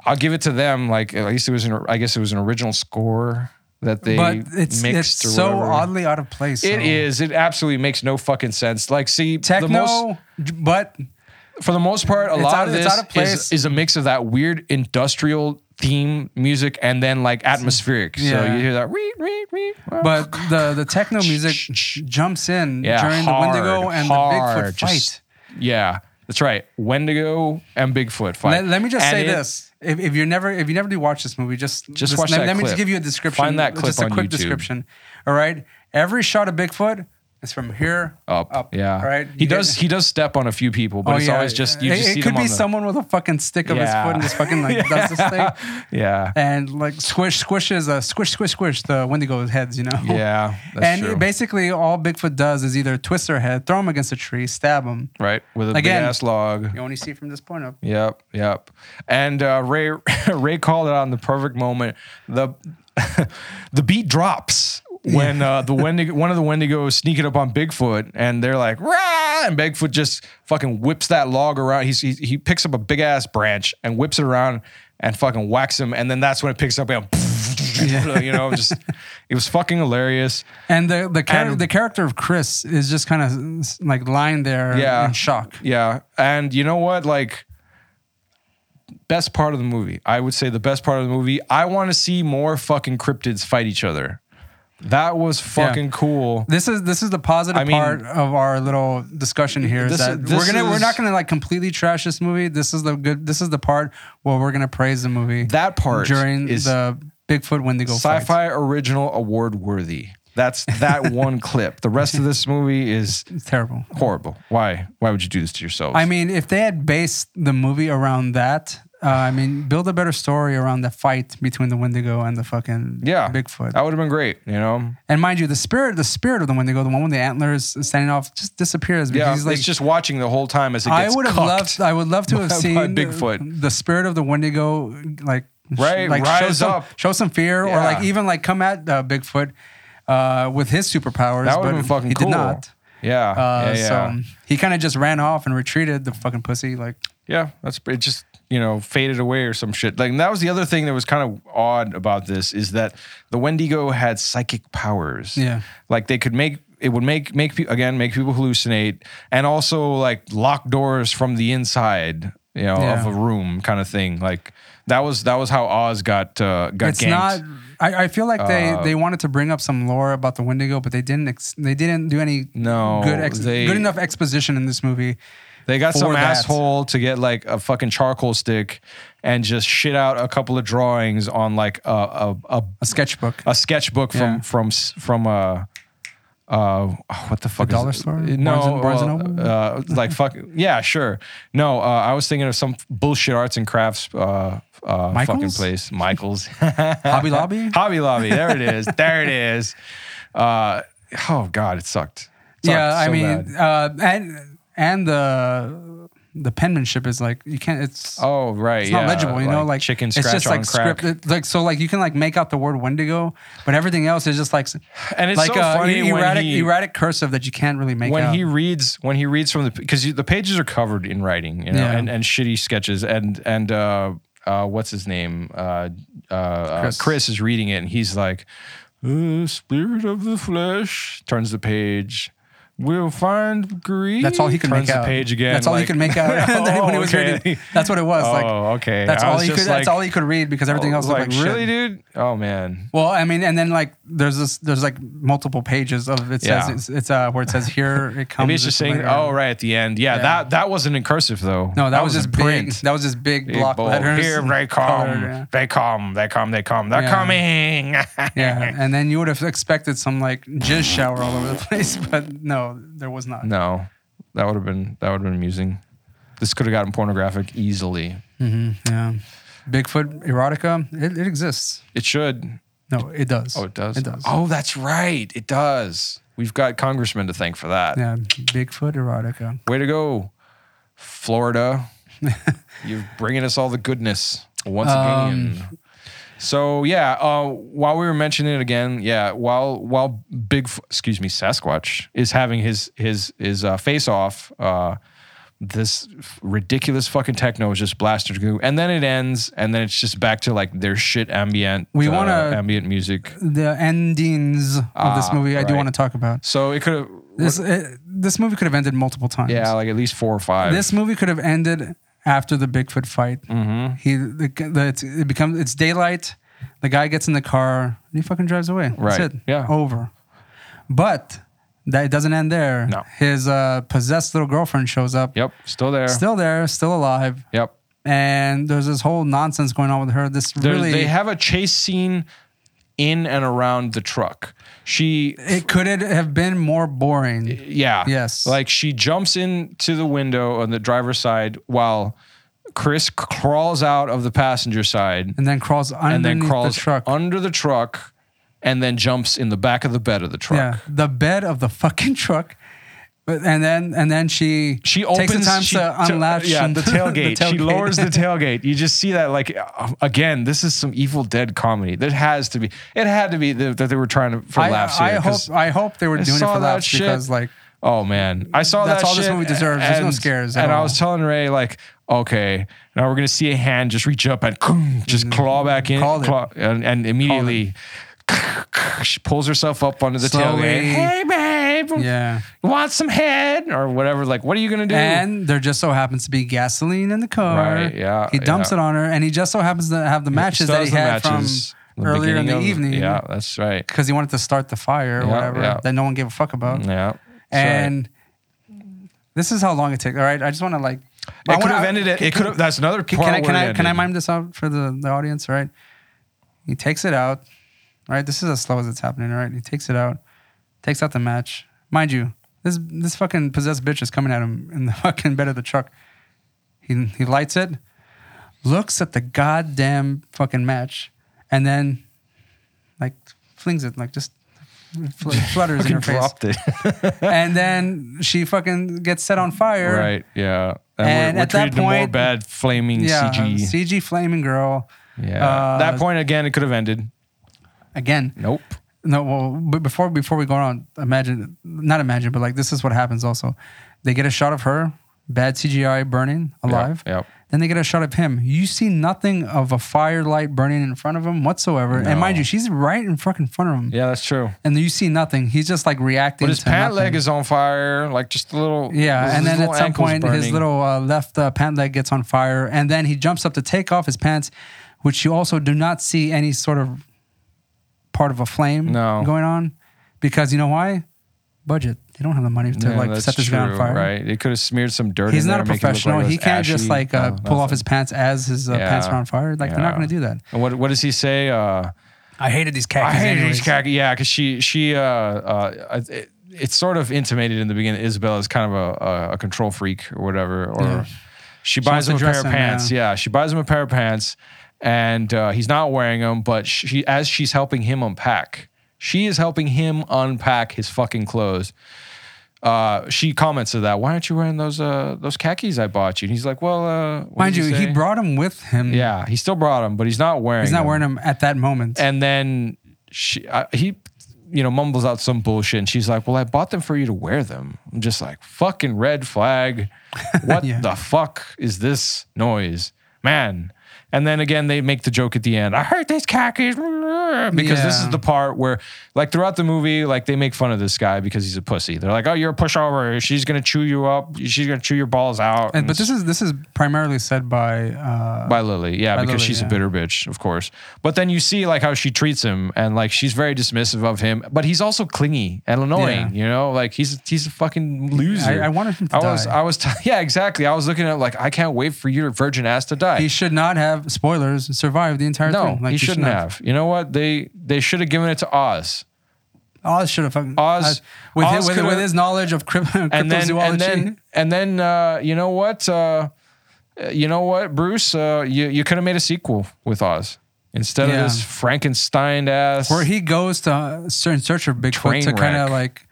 Speaker 3: I'll give it to them. Like at least it was an I guess it was an original score that they
Speaker 2: but it's it's
Speaker 3: mixed or
Speaker 2: so
Speaker 3: whatever.
Speaker 2: oddly out of place.
Speaker 3: It
Speaker 2: so-
Speaker 3: is. It absolutely makes no fucking sense. Like, see,
Speaker 2: techno,
Speaker 3: the most,
Speaker 2: but
Speaker 3: for the most part, a
Speaker 2: It's
Speaker 3: lot
Speaker 2: out-
Speaker 3: of
Speaker 2: it's
Speaker 3: this
Speaker 2: out of place.
Speaker 3: Is, is a mix of that weird industrial theme music and then like atmospheric. So
Speaker 2: Yeah.
Speaker 3: you hear that read, read, read.
Speaker 2: but the the techno music jumps in
Speaker 3: Yeah,
Speaker 2: during
Speaker 3: hard,
Speaker 2: the Wendigo and the
Speaker 3: hard,
Speaker 2: Bigfoot
Speaker 3: just-
Speaker 2: fight.
Speaker 3: Yeah, that's right. Wendigo and Bigfoot fight.
Speaker 2: Let, let me just
Speaker 3: And
Speaker 2: say
Speaker 3: it-
Speaker 2: this: if, if you never if you never do watch this movie, just
Speaker 3: Just watch
Speaker 2: let,
Speaker 3: that
Speaker 2: let me
Speaker 3: clip.
Speaker 2: just give you a description.
Speaker 3: Find that clip
Speaker 2: just a
Speaker 3: on
Speaker 2: quick
Speaker 3: YouTube.
Speaker 2: description. All right, every shot of Bigfoot is from here
Speaker 3: Up, yeah.
Speaker 2: All right,
Speaker 3: He
Speaker 2: You
Speaker 3: does.
Speaker 2: get-
Speaker 3: He does step on a few people, but
Speaker 2: oh,
Speaker 3: it's
Speaker 2: yeah.
Speaker 3: always just you
Speaker 2: it,
Speaker 3: just
Speaker 2: it
Speaker 3: see
Speaker 2: could
Speaker 3: them
Speaker 2: be
Speaker 3: on the-
Speaker 2: someone with a fucking stick of his
Speaker 3: Yeah.
Speaker 2: foot and just fucking like does this thing.
Speaker 3: (laughs) Yeah,
Speaker 2: and like squish squishes uh, squish squish squish the Wendigo's heads, you know.
Speaker 3: yeah. That's
Speaker 2: and
Speaker 3: true.
Speaker 2: basically, all Bigfoot does is either twist their head, throw them against a tree, stab them.
Speaker 3: right with a big
Speaker 2: Again.
Speaker 3: ass log.
Speaker 2: You only see from this point up.
Speaker 3: Yep, yep. And uh, Ray (laughs) Ray called it on the perfect moment. The (laughs) the beat drops when uh, the Wendigo, one of the Wendigos sneaking up on Bigfoot, and they're like, "Rah!" and Bigfoot just fucking whips that log around. He's, he he picks up a big ass branch and whips it around and fucking whacks him, and then that's when it picks up and. (laughs) you know, just it was fucking hilarious.
Speaker 2: And the the, char-
Speaker 3: And-
Speaker 2: the character of Chris is just kind of like lying there
Speaker 3: Yeah.
Speaker 2: in shock.
Speaker 3: Yeah. And you know what? Like, best part of the movie. I would say the best part of the movie. I want to see more fucking cryptids fight each other. That was fucking cool.
Speaker 2: This is this is the positive
Speaker 3: I mean-
Speaker 2: part of our little discussion here. Is
Speaker 3: This
Speaker 2: that
Speaker 3: is-
Speaker 2: we're
Speaker 3: this
Speaker 2: gonna we're
Speaker 3: is-
Speaker 2: not gonna like completely trash this movie. This is the good. This is the part where we're gonna praise the movie
Speaker 3: That part
Speaker 2: during
Speaker 3: is
Speaker 2: the Bigfoot Wendigo
Speaker 3: sci
Speaker 2: fight.
Speaker 3: fi original award worthy. That's
Speaker 2: (laughs)
Speaker 3: that one clip. The rest of this movie is
Speaker 2: It's terrible.
Speaker 3: horrible. Why? Why would you do this to yourself?
Speaker 2: I mean, if they had based the movie around that, uh, I mean, build a better story around the fight between the Wendigo and the fucking
Speaker 3: yeah, Uh,
Speaker 2: Bigfoot.
Speaker 3: That would have been great. You know,
Speaker 2: And mind you, the spirit, the spirit of the Wendigo, the one with the antlers standing off, just disappears because
Speaker 3: yeah.
Speaker 2: he's like.
Speaker 3: it's just watching the whole time as it
Speaker 2: I
Speaker 3: gets.
Speaker 2: would have
Speaker 3: cucked.
Speaker 2: loved. I would love to have
Speaker 3: by
Speaker 2: seen
Speaker 3: Bigfoot.
Speaker 2: the spirit of the Wendigo, like sh-
Speaker 3: Right,
Speaker 2: like show
Speaker 3: rise
Speaker 2: some,
Speaker 3: up.
Speaker 2: show some fear, or like
Speaker 3: Yeah.
Speaker 2: even like come at uh, Bigfoot uh, with his superpowers.
Speaker 3: That would
Speaker 2: but
Speaker 3: have been fucking
Speaker 2: he
Speaker 3: cool.
Speaker 2: did not.
Speaker 3: Yeah.
Speaker 2: Uh,
Speaker 3: yeah, yeah.
Speaker 2: So he kind of just ran off and retreated. The fucking pussy, like
Speaker 3: Yeah, that's it. Just you know, faded away or some shit. Like and that was the other thing that was kind of odd about this is that the Wendigo had psychic powers.
Speaker 2: Yeah.
Speaker 3: like they could make it would make make people again make people hallucinate and also like lock doors from the inside. You know,
Speaker 2: Yeah.
Speaker 3: of a room kind of thing. Like that was that was how Oz got uh, got Uh,
Speaker 2: it's
Speaker 3: ganked.
Speaker 2: not I, I feel like they they wanted to bring up some lore about the wendigo but they didn't ex, they didn't do any
Speaker 3: No,
Speaker 2: good ex,
Speaker 3: they-
Speaker 2: good enough exposition in this movie
Speaker 3: They got
Speaker 2: for
Speaker 3: some
Speaker 2: that.
Speaker 3: asshole to get like a fucking charcoal stick and just shit out a couple of drawings on like a a, a
Speaker 2: a sketchbook
Speaker 3: a sketchbook from
Speaker 2: Yeah.
Speaker 3: from s- from uh uh what the fuck is
Speaker 2: dollar
Speaker 3: it?
Speaker 2: store? Barnes
Speaker 3: no
Speaker 2: and- Barnes
Speaker 3: well,
Speaker 2: and Noble?
Speaker 3: uh, like fuck yeah sure no uh, I was thinking of some bullshit arts and crafts uh, uh fucking
Speaker 2: Michaels?
Speaker 3: place
Speaker 2: (laughs)
Speaker 3: Michaels
Speaker 2: hobby lobby
Speaker 3: Hobby Lobby there it is there it is uh oh god it sucked, It sucked
Speaker 2: yeah i
Speaker 3: so
Speaker 2: mean
Speaker 3: bad.
Speaker 2: uh and and the the penmanship is like you can't. It's
Speaker 3: Oh right,
Speaker 2: it's
Speaker 3: yeah.
Speaker 2: not legible, you know. Like
Speaker 3: chicken
Speaker 2: it's
Speaker 3: scratch
Speaker 2: just like
Speaker 3: on crack.
Speaker 2: scripted. Like so, like you can like make out the word Wendigo, but everything else is just like s-
Speaker 3: And it's
Speaker 2: like
Speaker 3: so
Speaker 2: uh,
Speaker 3: funny
Speaker 2: e-
Speaker 3: when
Speaker 2: erratic,
Speaker 3: he-
Speaker 2: erratic cursive that you can't really make
Speaker 3: when
Speaker 2: out.
Speaker 3: he reads when he reads from the because the pages are covered in writing you know
Speaker 2: Yeah.
Speaker 3: and, and shitty sketches and and uh uh what's his name uh uh, uh
Speaker 2: Chris.
Speaker 3: chris. is reading it and he's like uh, spirit of the flesh turns the page we'll find grief
Speaker 2: that's all he could make
Speaker 3: turns the
Speaker 2: out.
Speaker 3: page again
Speaker 2: That's all he
Speaker 3: like-
Speaker 2: could make
Speaker 3: (laughs)
Speaker 2: out. (laughs)
Speaker 3: oh,
Speaker 2: when he was
Speaker 3: okay.
Speaker 2: reading. That's what it was.
Speaker 3: oh
Speaker 2: like
Speaker 3: okay
Speaker 2: that's
Speaker 3: I
Speaker 2: all
Speaker 3: was
Speaker 2: he could.
Speaker 3: just
Speaker 2: that's
Speaker 3: like-
Speaker 2: all he could read because everything
Speaker 3: I
Speaker 2: else
Speaker 3: was
Speaker 2: looked
Speaker 3: like,
Speaker 2: like,
Speaker 3: really
Speaker 2: shit.
Speaker 3: dude oh man
Speaker 2: Well, I mean, and then like there's this, there's like multiple pages of it says
Speaker 3: Yeah.
Speaker 2: it's, it's uh where it
Speaker 3: (laughs)
Speaker 2: says here it comes.
Speaker 3: maybe it's just saying
Speaker 2: later."
Speaker 3: oh right at the end yeah,
Speaker 2: Yeah.
Speaker 3: that that wasn't in cursive though
Speaker 2: No, that, was,
Speaker 3: in
Speaker 2: just big. That was just big block
Speaker 3: People,
Speaker 2: letters. (laughs)
Speaker 3: Here they come.
Speaker 2: colored, yeah.
Speaker 3: They come. They come. They come. They're
Speaker 2: Yeah.
Speaker 3: coming. (laughs)
Speaker 2: Yeah, and then you would have expected some like jizz shower all over the (laughs) place, but no, there was not.
Speaker 3: no, that would have been that would have been amusing. This could have gotten pornographic easily.
Speaker 2: Yeah, Bigfoot erotica, it, it exists.
Speaker 3: It should.
Speaker 2: No, it does.
Speaker 3: Oh, it does.
Speaker 2: It does.
Speaker 3: Oh, that's right. It does. We've got congressmen to thank for that.
Speaker 2: Yeah, Bigfoot erotica.
Speaker 3: Way to go,
Speaker 2: (laughs)
Speaker 3: Florida. You're bringing us all the goodness once
Speaker 2: Um,
Speaker 3: again. So yeah, uh, while we were mentioning it again, yeah, while while Big, excuse me, Sasquatch is having his his his uh, face off, uh, this ridiculous fucking techno is just blasted through, and then it ends, and then it's just back to like their shit ambient.
Speaker 2: We
Speaker 3: uh,
Speaker 2: wanna-
Speaker 3: ambient music.
Speaker 2: The endings of this
Speaker 3: Ah,
Speaker 2: movie, I do
Speaker 3: right.
Speaker 2: want to talk about.
Speaker 3: So it could have,
Speaker 2: This it, this movie could have ended multiple times.
Speaker 3: yeah, like at least four or five.
Speaker 2: this movie could have ended after the Bigfoot fight.
Speaker 3: Mm-hmm.
Speaker 2: He the, the it's, it becomes it's daylight. The guy gets in the car and he fucking drives away.
Speaker 3: Right.
Speaker 2: That's it.
Speaker 3: Yeah.
Speaker 2: Over. But that it doesn't end there.
Speaker 3: No.
Speaker 2: His uh, possessed little girlfriend shows up.
Speaker 3: yep, still there.
Speaker 2: Still there, still alive.
Speaker 3: yep.
Speaker 2: And there's this whole nonsense going on with her. This
Speaker 3: There's-
Speaker 2: really
Speaker 3: they have a chase scene in and around the truck. She,
Speaker 2: it could have been more boring.
Speaker 3: yeah,
Speaker 2: Yes.
Speaker 3: like she jumps into the window on the driver's side while Chris crawls out of the passenger side
Speaker 2: And then crawls underneath
Speaker 3: and then crawls
Speaker 2: the truck.
Speaker 3: under the truck and then jumps in the back of the bed of the truck.
Speaker 2: Yeah, the bed of the fucking truck. But and then and then she
Speaker 3: She opens
Speaker 2: takes the time
Speaker 3: she-
Speaker 2: to unlatch (laughs)
Speaker 3: yeah, the tailgate. She
Speaker 2: tailgate.
Speaker 3: lowers the tailgate. You just see that like uh, again, this is some Evil Dead comedy. That has to be. It had to be that that they were trying to
Speaker 2: (laughs)
Speaker 3: for
Speaker 2: I,
Speaker 3: laughs.
Speaker 2: I
Speaker 3: here, 'cause-
Speaker 2: hope I hope they were doing it
Speaker 3: saw
Speaker 2: for
Speaker 3: that
Speaker 2: laughs
Speaker 3: shit.
Speaker 2: because like
Speaker 3: Oh man, I saw
Speaker 2: That's
Speaker 3: that.
Speaker 2: all this
Speaker 3: shit,
Speaker 2: movie deserves. There's no
Speaker 3: and-
Speaker 2: scares at
Speaker 3: And I
Speaker 2: all.
Speaker 3: was telling Ray like, okay, now we're gonna see a hand just reach up and just claw back in,
Speaker 2: Mm-hmm. Called it.
Speaker 3: claw, and, and immediately (laughs) she pulls herself up onto the
Speaker 2: Slowly.
Speaker 3: tailgate. Hey babe,
Speaker 2: yeah.
Speaker 3: want some head or whatever? Like, what are you gonna do?
Speaker 2: And there just so happens to be gasoline in the car.
Speaker 3: Right, yeah,
Speaker 2: He dumps
Speaker 3: yeah.
Speaker 2: it on her, and he just so happens to have the matches
Speaker 3: Still
Speaker 2: that he
Speaker 3: has the
Speaker 2: had from
Speaker 3: matches
Speaker 2: earlier in
Speaker 3: beginning
Speaker 2: the
Speaker 3: of-
Speaker 2: evening.
Speaker 3: Yeah, that's right.
Speaker 2: Because he wanted to start the fire or
Speaker 3: Yeah,
Speaker 2: whatever
Speaker 3: yeah.
Speaker 2: that no one gave a fuck about.
Speaker 3: Yeah. that's right.
Speaker 2: And this is how long it takes. All right. I just want to like I
Speaker 3: it could
Speaker 2: wanna-
Speaker 3: have ended it. It could have. That's another
Speaker 2: Can,
Speaker 3: part.
Speaker 2: can I
Speaker 3: where
Speaker 2: can
Speaker 3: it
Speaker 2: I can I
Speaker 3: ended.
Speaker 2: mime this out for the, the audience? All right. He takes it out. All right. This is as slow as it's happening. All right. He takes it out. Takes out the match. Mind you, this this fucking possessed bitch is coming at him in the (laughs) fucking bed of the truck. He he lights it. Looks at the goddamn fucking match, and then like flings it like just.
Speaker 3: (laughs)
Speaker 2: fl- Flutters in her face,
Speaker 3: dropped it.
Speaker 2: and then she fucking gets set on fire.
Speaker 3: right. Yeah.
Speaker 2: And at that
Speaker 3: treated to more
Speaker 2: point-
Speaker 3: bad flaming
Speaker 2: Yeah,
Speaker 3: CG.
Speaker 2: CG flaming girl.
Speaker 3: Yeah.
Speaker 2: Uh,
Speaker 3: that point again, it could have ended.
Speaker 2: Again,
Speaker 3: Nope.
Speaker 2: No, well, but before before we go on, imagine not imagine, but like this is what happens. Also, they get a shot of her, bad CGI burning alive.
Speaker 3: yep.
Speaker 2: Then they get a shot of him. You see nothing of a firelight burning in front of him whatsoever. And mind you, she's right in fucking front of him,
Speaker 3: Yeah, that's true.
Speaker 2: and you see nothing. He's just like reacting.
Speaker 3: But his
Speaker 2: to
Speaker 3: pant
Speaker 2: nothing.
Speaker 3: leg is on fire, like just a little.
Speaker 2: Yeah,
Speaker 3: his
Speaker 2: and then
Speaker 3: little
Speaker 2: at some
Speaker 3: ankle's
Speaker 2: point, his
Speaker 3: burning.
Speaker 2: little uh, left uh, pant leg gets on fire, and then he jumps up to take off his pants, which you also do not see any sort of part of a flame
Speaker 3: No.
Speaker 2: going on, because you know why? Budget. They don't have the money to
Speaker 3: Yeah,
Speaker 2: like
Speaker 3: that's
Speaker 2: set this guy on
Speaker 3: true,
Speaker 2: fire.
Speaker 3: Right. It could have smeared some dirt.
Speaker 2: He's
Speaker 3: in
Speaker 2: not a
Speaker 3: there and make it look
Speaker 2: professional.
Speaker 3: like it
Speaker 2: he
Speaker 3: was
Speaker 2: can't just
Speaker 3: ashy.
Speaker 2: like uh,
Speaker 3: No,
Speaker 2: pull off
Speaker 3: nothing.
Speaker 2: his pants as his uh, pants
Speaker 3: Yeah.
Speaker 2: are on fire. Like they're not
Speaker 3: Yeah.
Speaker 2: going to do that.
Speaker 3: And what what does he say? Uh,
Speaker 2: I hated these
Speaker 3: I
Speaker 2: khakis.
Speaker 3: hated
Speaker 2: anyways.
Speaker 3: these khaki. Yeah, because she she uh, uh it, it's sort of intimated in the beginning. Isabella is kind of a, a, a control freak or whatever. Or
Speaker 2: Yeah.
Speaker 3: she
Speaker 2: wants
Speaker 3: buys
Speaker 2: to
Speaker 3: him a
Speaker 2: dress
Speaker 3: pair of
Speaker 2: him,
Speaker 3: pants. Yeah. she buys him a pair of pants, and uh, he's not wearing them. But she, as she's helping him unpack, she is helping him unpack his fucking clothes. uh, she comments to that. Why aren't you wearing those uh, those khakis I bought you? And he's like, well, uh, what
Speaker 2: Mind
Speaker 3: did
Speaker 2: you, he
Speaker 3: say?"
Speaker 2: brought him with him.
Speaker 3: Yeah, he still brought them, but he's not wearing.
Speaker 2: He's not wearing them at that moment.
Speaker 3: And then she, I, he, you know, mumbles out some bullshit, and she's like, "Well, I bought them for you to wear them." I'm just like, "Fucking red
Speaker 2: (laughs)
Speaker 3: flag! What
Speaker 2: Yeah.
Speaker 3: the fuck is this noise, man?" And then again, they make the joke at the end. I heard these khakis (laughs) because this
Speaker 2: Yeah.
Speaker 3: is the part where, like, throughout the movie, like they make fun of this guy because he's a pussy. They're like, "Oh, you're a pushover. She's gonna chew you up. She's gonna chew your balls out."
Speaker 2: And- but
Speaker 3: it's-
Speaker 2: this is this is primarily said by uh,
Speaker 3: by Lily, yeah,
Speaker 2: by
Speaker 3: because
Speaker 2: Lily,
Speaker 3: she's
Speaker 2: yeah.
Speaker 3: a bitter bitch, of course. But then you see like how she treats him, and like she's very dismissive of him. But he's also clingy and annoying, you know. Like he's he's a fucking loser.
Speaker 2: I- I wanted him to
Speaker 3: I was
Speaker 2: die.
Speaker 3: I was (laughs) t- yeah exactly. I was looking at like I can't wait for your virgin ass to die.
Speaker 2: he should not have spoilers survived the entire
Speaker 3: no,
Speaker 2: thing.
Speaker 3: he shouldn't have. You know what? They they should have given it to Oz.
Speaker 2: Oz should have fucking uh,
Speaker 3: Oz-
Speaker 2: with,
Speaker 3: Oz
Speaker 2: his, with,
Speaker 3: could've-
Speaker 2: with his knowledge of crypt-
Speaker 3: and then
Speaker 2: cryptozoology.
Speaker 3: and then and then uh, you know what uh, you know what Bruce uh, you you could have made a sequel with Oz instead
Speaker 2: Yeah.
Speaker 3: of this Frankenstein ass
Speaker 2: where he goes to uh, in search of Bigfoot
Speaker 3: Train
Speaker 2: to kind of
Speaker 3: wreck.
Speaker 2: like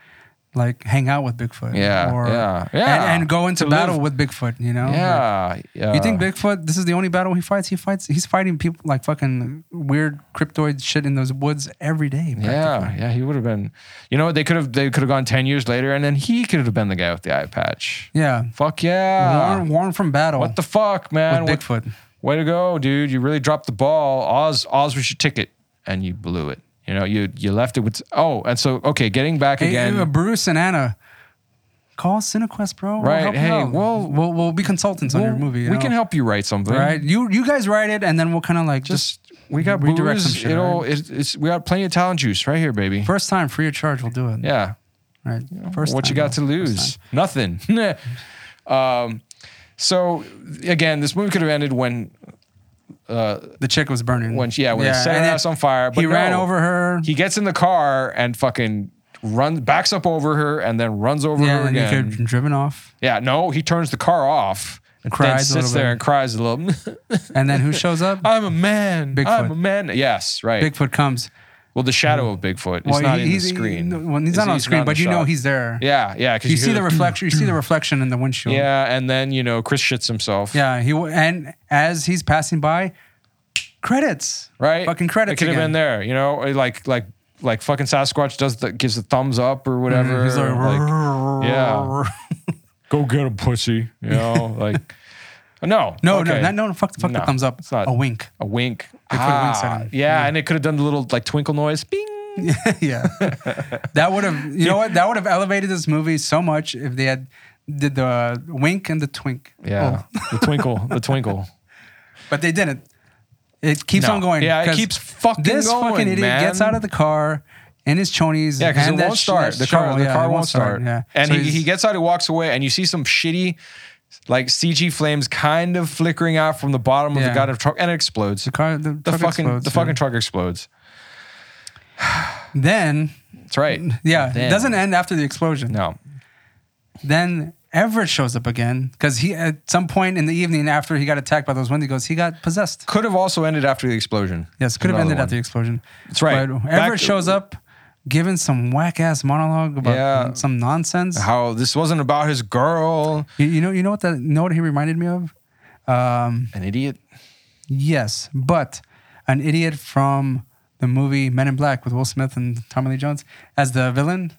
Speaker 2: like hang out with Bigfoot.
Speaker 3: Yeah, yeah, yeah.
Speaker 2: And, and go into
Speaker 3: To
Speaker 2: battle
Speaker 3: live-
Speaker 2: with Bigfoot. You know. Like,
Speaker 3: yeah, yeah
Speaker 2: Oh you think Bigfoot? This is the only battle he fights. He fights. He's fighting people like fucking weird cryptoid shit in those woods every day.
Speaker 3: yeah
Speaker 2: practically.
Speaker 3: yeah he would have been you know what they could have they could have gone 10 years later and then he could have been the guy with the eye patch
Speaker 2: Yeah.
Speaker 3: fuck yeah
Speaker 2: Warn, warn from battle.
Speaker 3: Ah. what the fuck man
Speaker 2: with
Speaker 3: What-
Speaker 2: Bigfoot?
Speaker 3: way to go dude you really dropped the ball oz oz was your ticket and you blew it you know you you left it with oh and so okay getting back
Speaker 2: Hey,
Speaker 3: again
Speaker 2: uh, Bruce and Anna, call Cinequest, bro. We'll
Speaker 3: Right,
Speaker 2: help you
Speaker 3: hey,
Speaker 2: out.
Speaker 3: we'll-
Speaker 2: we'll we'll be consultants on your
Speaker 3: Well,
Speaker 2: movie. you
Speaker 3: we
Speaker 2: know?
Speaker 3: can help you write something
Speaker 2: Right. You you guys write it, and then we'll kind of like just,
Speaker 3: just we got
Speaker 2: redirect
Speaker 3: booze.
Speaker 2: some shit,
Speaker 3: It'll,
Speaker 2: right?
Speaker 3: it's, it's, we got plenty of talent juice right here, baby.
Speaker 2: first time free of charge. We'll do it.
Speaker 3: Yeah.
Speaker 2: Right. First.
Speaker 3: what you
Speaker 2: time,
Speaker 3: got
Speaker 2: though.
Speaker 3: to
Speaker 2: First
Speaker 3: lose? Nothing. (laughs) um, so again, this movie could have ended when
Speaker 2: time. The chick was burning.
Speaker 3: when yeah when they set
Speaker 2: and
Speaker 3: her
Speaker 2: then
Speaker 3: ass on fire. But
Speaker 2: he ran
Speaker 3: no.
Speaker 2: over her.
Speaker 3: He gets in the car and fucking runs backs up over her and then runs over
Speaker 2: yeah,
Speaker 3: her
Speaker 2: and he
Speaker 3: again.
Speaker 2: could driven off.
Speaker 3: yeah, no, he turns the car off. And then
Speaker 2: Cries a
Speaker 3: sits
Speaker 2: little
Speaker 3: there
Speaker 2: bit.
Speaker 3: and cries a little. (laughs)
Speaker 2: And then who shows up?
Speaker 3: I'm a man.
Speaker 2: Bigfoot.
Speaker 3: I'm a man. Yes, right.
Speaker 2: Bigfoot comes.
Speaker 3: well, the shadow of Bigfoot. It's
Speaker 2: Well,
Speaker 3: not
Speaker 2: he-
Speaker 3: in the
Speaker 2: he's,
Speaker 3: screen.
Speaker 2: he- well, he's
Speaker 3: Is
Speaker 2: not
Speaker 3: he-
Speaker 2: on screen,
Speaker 3: in
Speaker 2: but
Speaker 3: the
Speaker 2: you know
Speaker 3: shot.
Speaker 2: he's there.
Speaker 3: Yeah, yeah. 'cause
Speaker 2: You, see
Speaker 3: hear
Speaker 2: the reflection. You see
Speaker 3: (clears throat)
Speaker 2: the reflection in the windshield.
Speaker 3: (laughs) Yeah, and then you know Chris shits himself.
Speaker 2: Yeah, he w- and as he's passing by, credits.
Speaker 3: right?
Speaker 2: Fucking credits
Speaker 3: It could have
Speaker 2: again.
Speaker 3: been there, you know, or like like like fucking Sasquatch does the gives a thumbs up or whatever.
Speaker 2: Mm, He's like,
Speaker 3: like,
Speaker 2: yeah.
Speaker 3: yeah. go get a pussy, (laughs) you know, like no,
Speaker 2: No,
Speaker 3: okay.
Speaker 2: no, no, no, fuck, fuck the
Speaker 3: No,
Speaker 2: thumbs up.
Speaker 3: it's not-
Speaker 2: a wink. (laughs)
Speaker 3: a wink.
Speaker 2: could've winked at
Speaker 3: Ah,
Speaker 2: him. Oh.
Speaker 3: yeah, and it could have done the little like twinkle noise. Bing.
Speaker 2: yeah, that would have you know what that would have elevated this movie so much if they had did the wink and the twink.
Speaker 3: Yeah, the twinkle, the twinkle.
Speaker 2: Oh, but they didn't. It keeps
Speaker 3: No.
Speaker 2: on going.
Speaker 3: Yeah, it
Speaker 2: 'cause
Speaker 3: keeps fucking
Speaker 2: This
Speaker 3: going,
Speaker 2: fucking idiot
Speaker 3: man.
Speaker 2: gets out of the car in his chonies.
Speaker 3: (laughs) Yeah, because
Speaker 2: and
Speaker 3: it
Speaker 2: that
Speaker 3: won't
Speaker 2: sh-
Speaker 3: start.
Speaker 2: that
Speaker 3: The car,
Speaker 2: shovel.
Speaker 3: the
Speaker 2: Yeah,
Speaker 3: car
Speaker 2: it
Speaker 3: won't start.
Speaker 2: Yeah,
Speaker 3: And
Speaker 2: So
Speaker 3: he,
Speaker 2: he's-
Speaker 3: he gets out, he walks away, and you see some shitty, like CG flames kind of flickering out from the bottom of
Speaker 2: Yeah.
Speaker 3: the goddamn truck, and it explodes.
Speaker 2: the car the,
Speaker 3: The
Speaker 2: truck
Speaker 3: fucking
Speaker 2: explodes,
Speaker 3: the
Speaker 2: yeah.
Speaker 3: fucking truck explodes.
Speaker 2: then
Speaker 3: That's right.
Speaker 2: yeah it
Speaker 3: Then-
Speaker 2: doesn't end after the explosion.
Speaker 3: No.
Speaker 2: Then Everett shows up again because he at some point in the evening after he got attacked by those Wendigos, he got possessed.
Speaker 3: Could have also ended after the explosion.
Speaker 2: Yes, could have
Speaker 3: Another
Speaker 2: ended
Speaker 3: one.
Speaker 2: at the explosion. That's
Speaker 3: right.
Speaker 2: But
Speaker 3: Back
Speaker 2: Everett
Speaker 3: to-
Speaker 2: shows up giving some whack ass monologue about
Speaker 3: Yeah. Uh-huh.
Speaker 2: some nonsense.
Speaker 3: How this wasn't about his girl.
Speaker 2: you, you know, you know what that you know what he reminded me of? Um,
Speaker 3: An idiot.
Speaker 2: yes, but an idiot from the movie Men in Black with Will Smith and Tommy Lee Jones as the villain.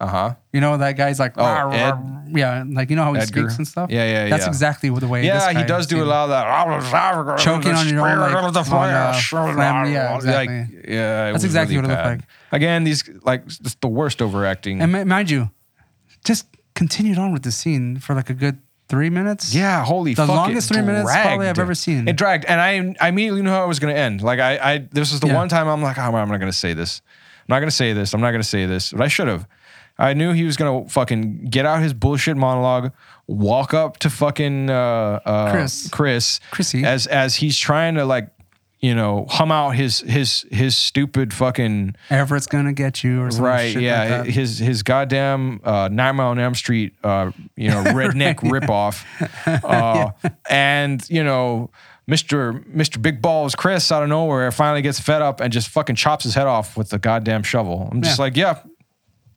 Speaker 3: Uh huh.
Speaker 2: You know that guy's like, "Rah, rah,
Speaker 3: Oh, Ed-
Speaker 2: rah," yeah, like you know how he
Speaker 3: Edgar.
Speaker 2: speaks and stuff.
Speaker 3: Yeah, yeah,
Speaker 2: That's
Speaker 3: yeah.
Speaker 2: exactly what the way. this
Speaker 3: Yeah, he
Speaker 2: guy
Speaker 3: does do a
Speaker 2: seemed.
Speaker 3: lot of that.
Speaker 2: Choking on your own, like, on, uh, flam- yeah,
Speaker 3: Like,
Speaker 2: exactly.
Speaker 3: yeah, it
Speaker 2: That's
Speaker 3: was
Speaker 2: exactly
Speaker 3: really
Speaker 2: what it looked
Speaker 3: bad.
Speaker 2: like.
Speaker 3: Again, these like it's the worst overacting.
Speaker 2: And ma- mind you, just continued on with the scene for like a good three minutes.
Speaker 3: Yeah, holy
Speaker 2: The
Speaker 3: fuck. it
Speaker 2: longest three minutes probably I've
Speaker 3: dragged.
Speaker 2: ever seen.
Speaker 3: It dragged. And I I immediately knew how it was gonna end. Like I I this is the
Speaker 2: Yeah.
Speaker 3: one time I'm like, oh, I'm not gonna say this. I'm not gonna say this. I'm not gonna say this. But I should have. I knew he was gonna fucking get out his bullshit monologue, walk up to fucking uh, uh,
Speaker 2: Chris.
Speaker 3: Chris,
Speaker 2: Chrissy.
Speaker 3: as as he's trying to like, you know, hum out his his his stupid fucking
Speaker 2: Everett's gonna get you or something.
Speaker 3: right,
Speaker 2: shit
Speaker 3: yeah,
Speaker 2: Like that.
Speaker 3: his his goddamn uh, Nine Mile on Elm Street, uh,
Speaker 2: (laughs)
Speaker 3: you know, redneck ripoff, uh, and you know, Mister Mister Big Balls Chris out of nowhere finally gets fed up and just fucking chops his head off with the goddamn shovel. I'm just
Speaker 2: Yeah.
Speaker 3: like, yeah,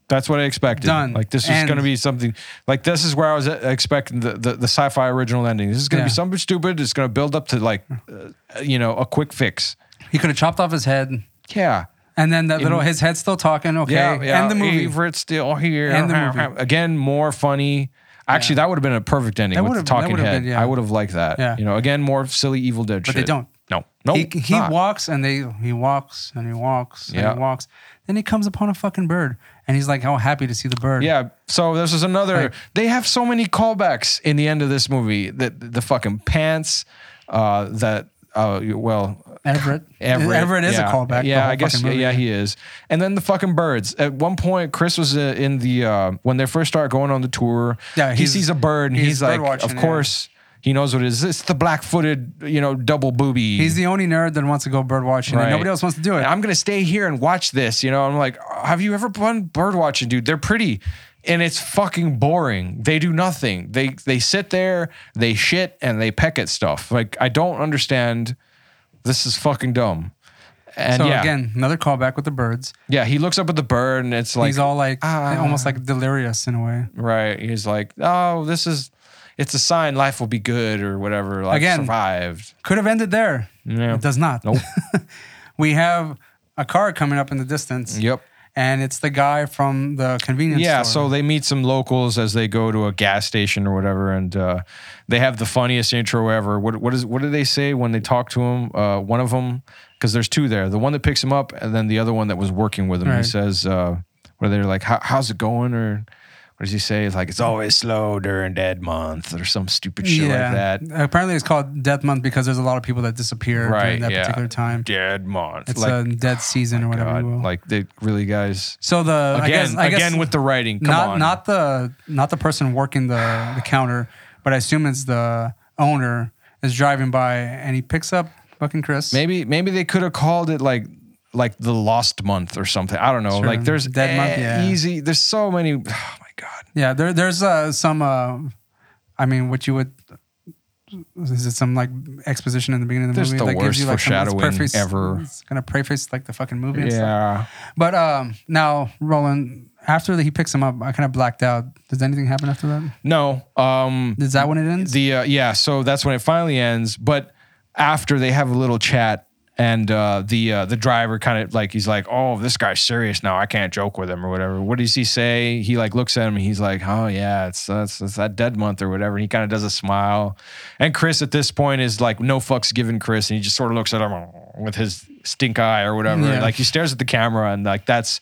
Speaker 3: That's what I expected.
Speaker 2: Done.
Speaker 3: Like this is
Speaker 2: And-
Speaker 3: going to be something. Like this is where I was e, expecting the the, the sci-fi original ending. This is going to
Speaker 2: Yeah.
Speaker 3: be something stupid. It's going to build up to like, uh, you know, a quick fix.
Speaker 2: He could have chopped off his head,
Speaker 3: Yeah.
Speaker 2: and then that little his head still talking. Okay,
Speaker 3: Yeah. yeah.
Speaker 2: end the movie.
Speaker 3: Favorite still here.
Speaker 2: End the movie.
Speaker 3: Again, more funny. Actually, that would have been a perfect ending
Speaker 2: That
Speaker 3: with the
Speaker 2: would've- that
Speaker 3: talking
Speaker 2: would've
Speaker 3: head.
Speaker 2: been- yeah.
Speaker 3: I would have liked that.
Speaker 2: Yeah.
Speaker 3: You know, again, more silly Evil Dead shit.
Speaker 2: they don't.
Speaker 3: No. No.
Speaker 2: he
Speaker 3: it's
Speaker 2: he
Speaker 3: not.
Speaker 2: walks and they he walks and he walks
Speaker 3: Yeah.
Speaker 2: and he walks. Then he comes upon a fucking bird, and he's like, "Oh, happy to see the bird."
Speaker 3: Yeah. So this is another.
Speaker 2: Like-
Speaker 3: they have so many callbacks in the end of this movie. That the fucking pants. Uh, that. Uh, well,
Speaker 2: Everett.
Speaker 3: Everett.
Speaker 2: Everett is
Speaker 3: yeah.
Speaker 2: a callback.
Speaker 3: Yeah,
Speaker 2: the whole
Speaker 3: I guess.
Speaker 2: fucking movie.
Speaker 3: Yeah, he is. And then the fucking birds. At one point, Chris was uh, in the uh, when they first start going on the tour.
Speaker 2: Yeah,
Speaker 3: he
Speaker 2: he's-
Speaker 3: sees a bird and he's,
Speaker 2: he's
Speaker 3: like,
Speaker 2: bird watching,
Speaker 3: of
Speaker 2: yeah.
Speaker 3: course, he knows what it is. It's the black-footed, you know, double booby.
Speaker 2: He's the only nerd that wants to go bird watching,
Speaker 3: Right.
Speaker 2: and nobody else wants to do it.
Speaker 3: I'm gonna stay here and watch this. You know, I'm like, have you ever done bird watching, dude? They're pretty, and it's fucking boring. They do nothing. They they sit there, they shit, and they peck at stuff. Like I don't understand. This is fucking dumb. And
Speaker 2: so
Speaker 3: yeah,
Speaker 2: again, another callback with the birds.
Speaker 3: yeah, he looks up at the bird, and it's like
Speaker 2: he's all like
Speaker 3: ah.
Speaker 2: almost like delirious in a way.
Speaker 3: right. He's like, oh, this is. It's a sign life will be good or whatever. Like
Speaker 2: Again.
Speaker 3: survived.
Speaker 2: Could have ended there.
Speaker 3: Yeah.
Speaker 2: It does not.
Speaker 3: Nope.
Speaker 2: (laughs) we have a car coming up in the distance.
Speaker 3: Yep.
Speaker 2: And it's the guy from the convenience
Speaker 3: yeah
Speaker 2: store.
Speaker 3: so they meet some locals as they go to a gas station or whatever and uh, they have the funniest intro ever what, what is what do they say when they talk to him uh, one of them because there's two there the one that picks him up and then the other one that was working with him he
Speaker 2: Right.
Speaker 3: says uh, where they're like "How- how's it going or what does he say it's like it's always slow during dead month or some stupid shit like that
Speaker 2: Apparently, it's called Death Month because there's a lot of people that disappear
Speaker 3: Right,
Speaker 2: during that
Speaker 3: yeah.
Speaker 2: particular time.
Speaker 3: dead month
Speaker 2: It's
Speaker 3: like oh
Speaker 2: a dead season or whatever
Speaker 3: God,
Speaker 2: you will.
Speaker 3: like they really guys
Speaker 2: so the
Speaker 3: again
Speaker 2: I guess, I guess
Speaker 3: again with the writing come
Speaker 2: not
Speaker 3: on
Speaker 2: not the not the person working the, the counter, but I assume it's the owner is driving by and he picks up fucking Chris.
Speaker 3: Maybe maybe they could have called it like like the lost month or something. I don't know.
Speaker 2: Sure.
Speaker 3: Like there's
Speaker 2: Dead month,
Speaker 3: eh,
Speaker 2: yeah.
Speaker 3: easy. There's so many. (sighs) Oh my god.
Speaker 2: Yeah, there, there's uh, some. Uh, I mean, what you would is it some like exposition in the beginning of the
Speaker 3: There's
Speaker 2: movie
Speaker 3: the
Speaker 2: like
Speaker 3: worst
Speaker 2: some- it's
Speaker 3: foreshadowing ever.
Speaker 2: It's gonna preface like the fucking movie. And stuff. But um, now Roland, after he picks him up, I kind of blacked out. Does anything happen after that?
Speaker 3: No. Um.
Speaker 2: Is that when it ends?
Speaker 3: The uh, yeah. So that's when it finally ends. But after they have a little chat. And uh, the uh, the driver kind of like he's like, oh, this guy's serious now. I can't joke with him or whatever. What does he say? He like looks at him and he's like, oh yeah, it's that's it's that dead month or whatever. And he kind of does a smile. And Chris at this point is like no fucks given Chris, and he just sort of looks at him with his stink eye or whatever.
Speaker 2: Yeah.
Speaker 3: Like he stares at the camera, and like that's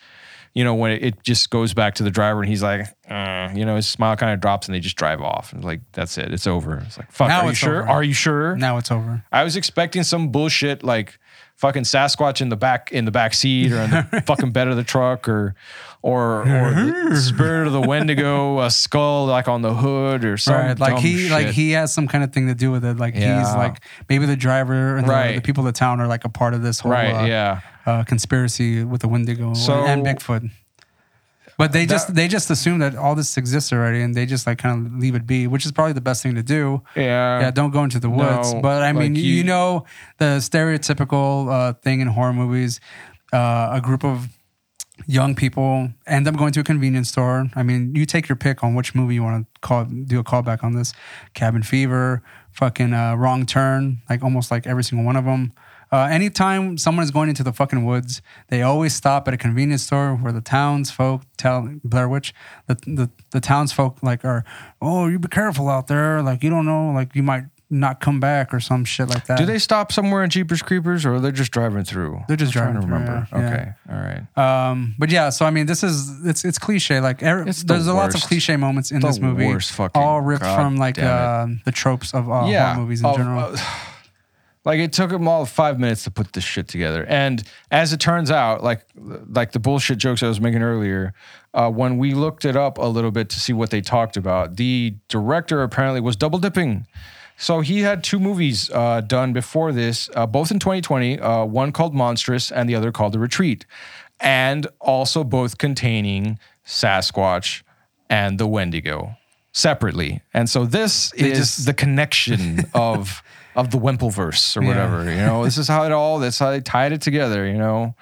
Speaker 3: you know when it, it just goes back to the driver, and he's like, "Uh," you know, his smile kind of drops, and they just drive off, and like that's it, it's over. It's like fuck,
Speaker 2: Now
Speaker 3: are you
Speaker 2: it's
Speaker 3: sure?
Speaker 2: over.
Speaker 3: Are you sure?
Speaker 2: now it's over.
Speaker 3: I was expecting some bullshit like fucking Sasquatch in the back in the back seat or in
Speaker 2: (laughs)
Speaker 3: the fucking bed of the truck or or or the spirit of the Wendigo, a skull like on the hood or something.
Speaker 2: Right, like he like he has some kind of thing to do with it. Like he's
Speaker 3: Yeah.
Speaker 2: like maybe the driver and the-
Speaker 3: Right.
Speaker 2: the, people of the town are like a part of this whole
Speaker 3: right,
Speaker 2: uh,
Speaker 3: yeah.
Speaker 2: uh, conspiracy with the Wendigo
Speaker 3: So-
Speaker 2: and Bigfoot. But they just they just assume that all this exists already, and they just like kind of leave it be, which is probably the best thing to do.
Speaker 3: Yeah.
Speaker 2: Yeah, don't go into the woods.
Speaker 3: No,
Speaker 2: but I mean,
Speaker 3: like
Speaker 2: you,
Speaker 3: you-
Speaker 2: you know the stereotypical uh, thing in horror movies: uh, a group of young people end up going to a convenience store. I mean, you take your pick on which movie you want to call do a callback on this. Cabin Fever, fucking uh, Wrong Turn, like almost like every single one of them. Uh, anytime someone is going into the fucking woods, they always stop at a convenience store where the townsfolk tell Blair Witch, the the, the townsfolk like are, oh, you be careful out there, like you don't know, like you might not come back or some shit like that.
Speaker 3: Do they stop somewhere in Jeepers Creepers or they're just driving through?
Speaker 2: They're just
Speaker 3: I'm
Speaker 2: driving through,
Speaker 3: trying to remember.
Speaker 2: yeah, yeah.
Speaker 3: okay. All right.
Speaker 2: Um, but yeah, so I mean, this is it's it's cliche. Like er,
Speaker 3: It's the
Speaker 2: there's a lots of
Speaker 3: worst.
Speaker 2: cliche moments in
Speaker 3: The
Speaker 2: this movie,
Speaker 3: worst fucking-
Speaker 2: all ripped
Speaker 3: God
Speaker 2: from like uh,
Speaker 3: damn
Speaker 2: the tropes of uh, horror movies in
Speaker 3: of-
Speaker 2: general.
Speaker 3: uh, like it took them all five minutes to put this shit together, and as it turns out, like like the bullshit jokes I was making earlier, uh, when we looked it up a little bit to see what they talked about, the director apparently was double dipping. So he had two movies uh, done before this, uh, both in 2020, uh, one called Monstrous and the other called The Retreat, and also both containing Sasquatch and the Wendigo separately. And so this is
Speaker 2: just- (laughs)
Speaker 3: the connection of of the Wimpleverse or whatever. You know, this is how it all. That's how they tied it together. You know,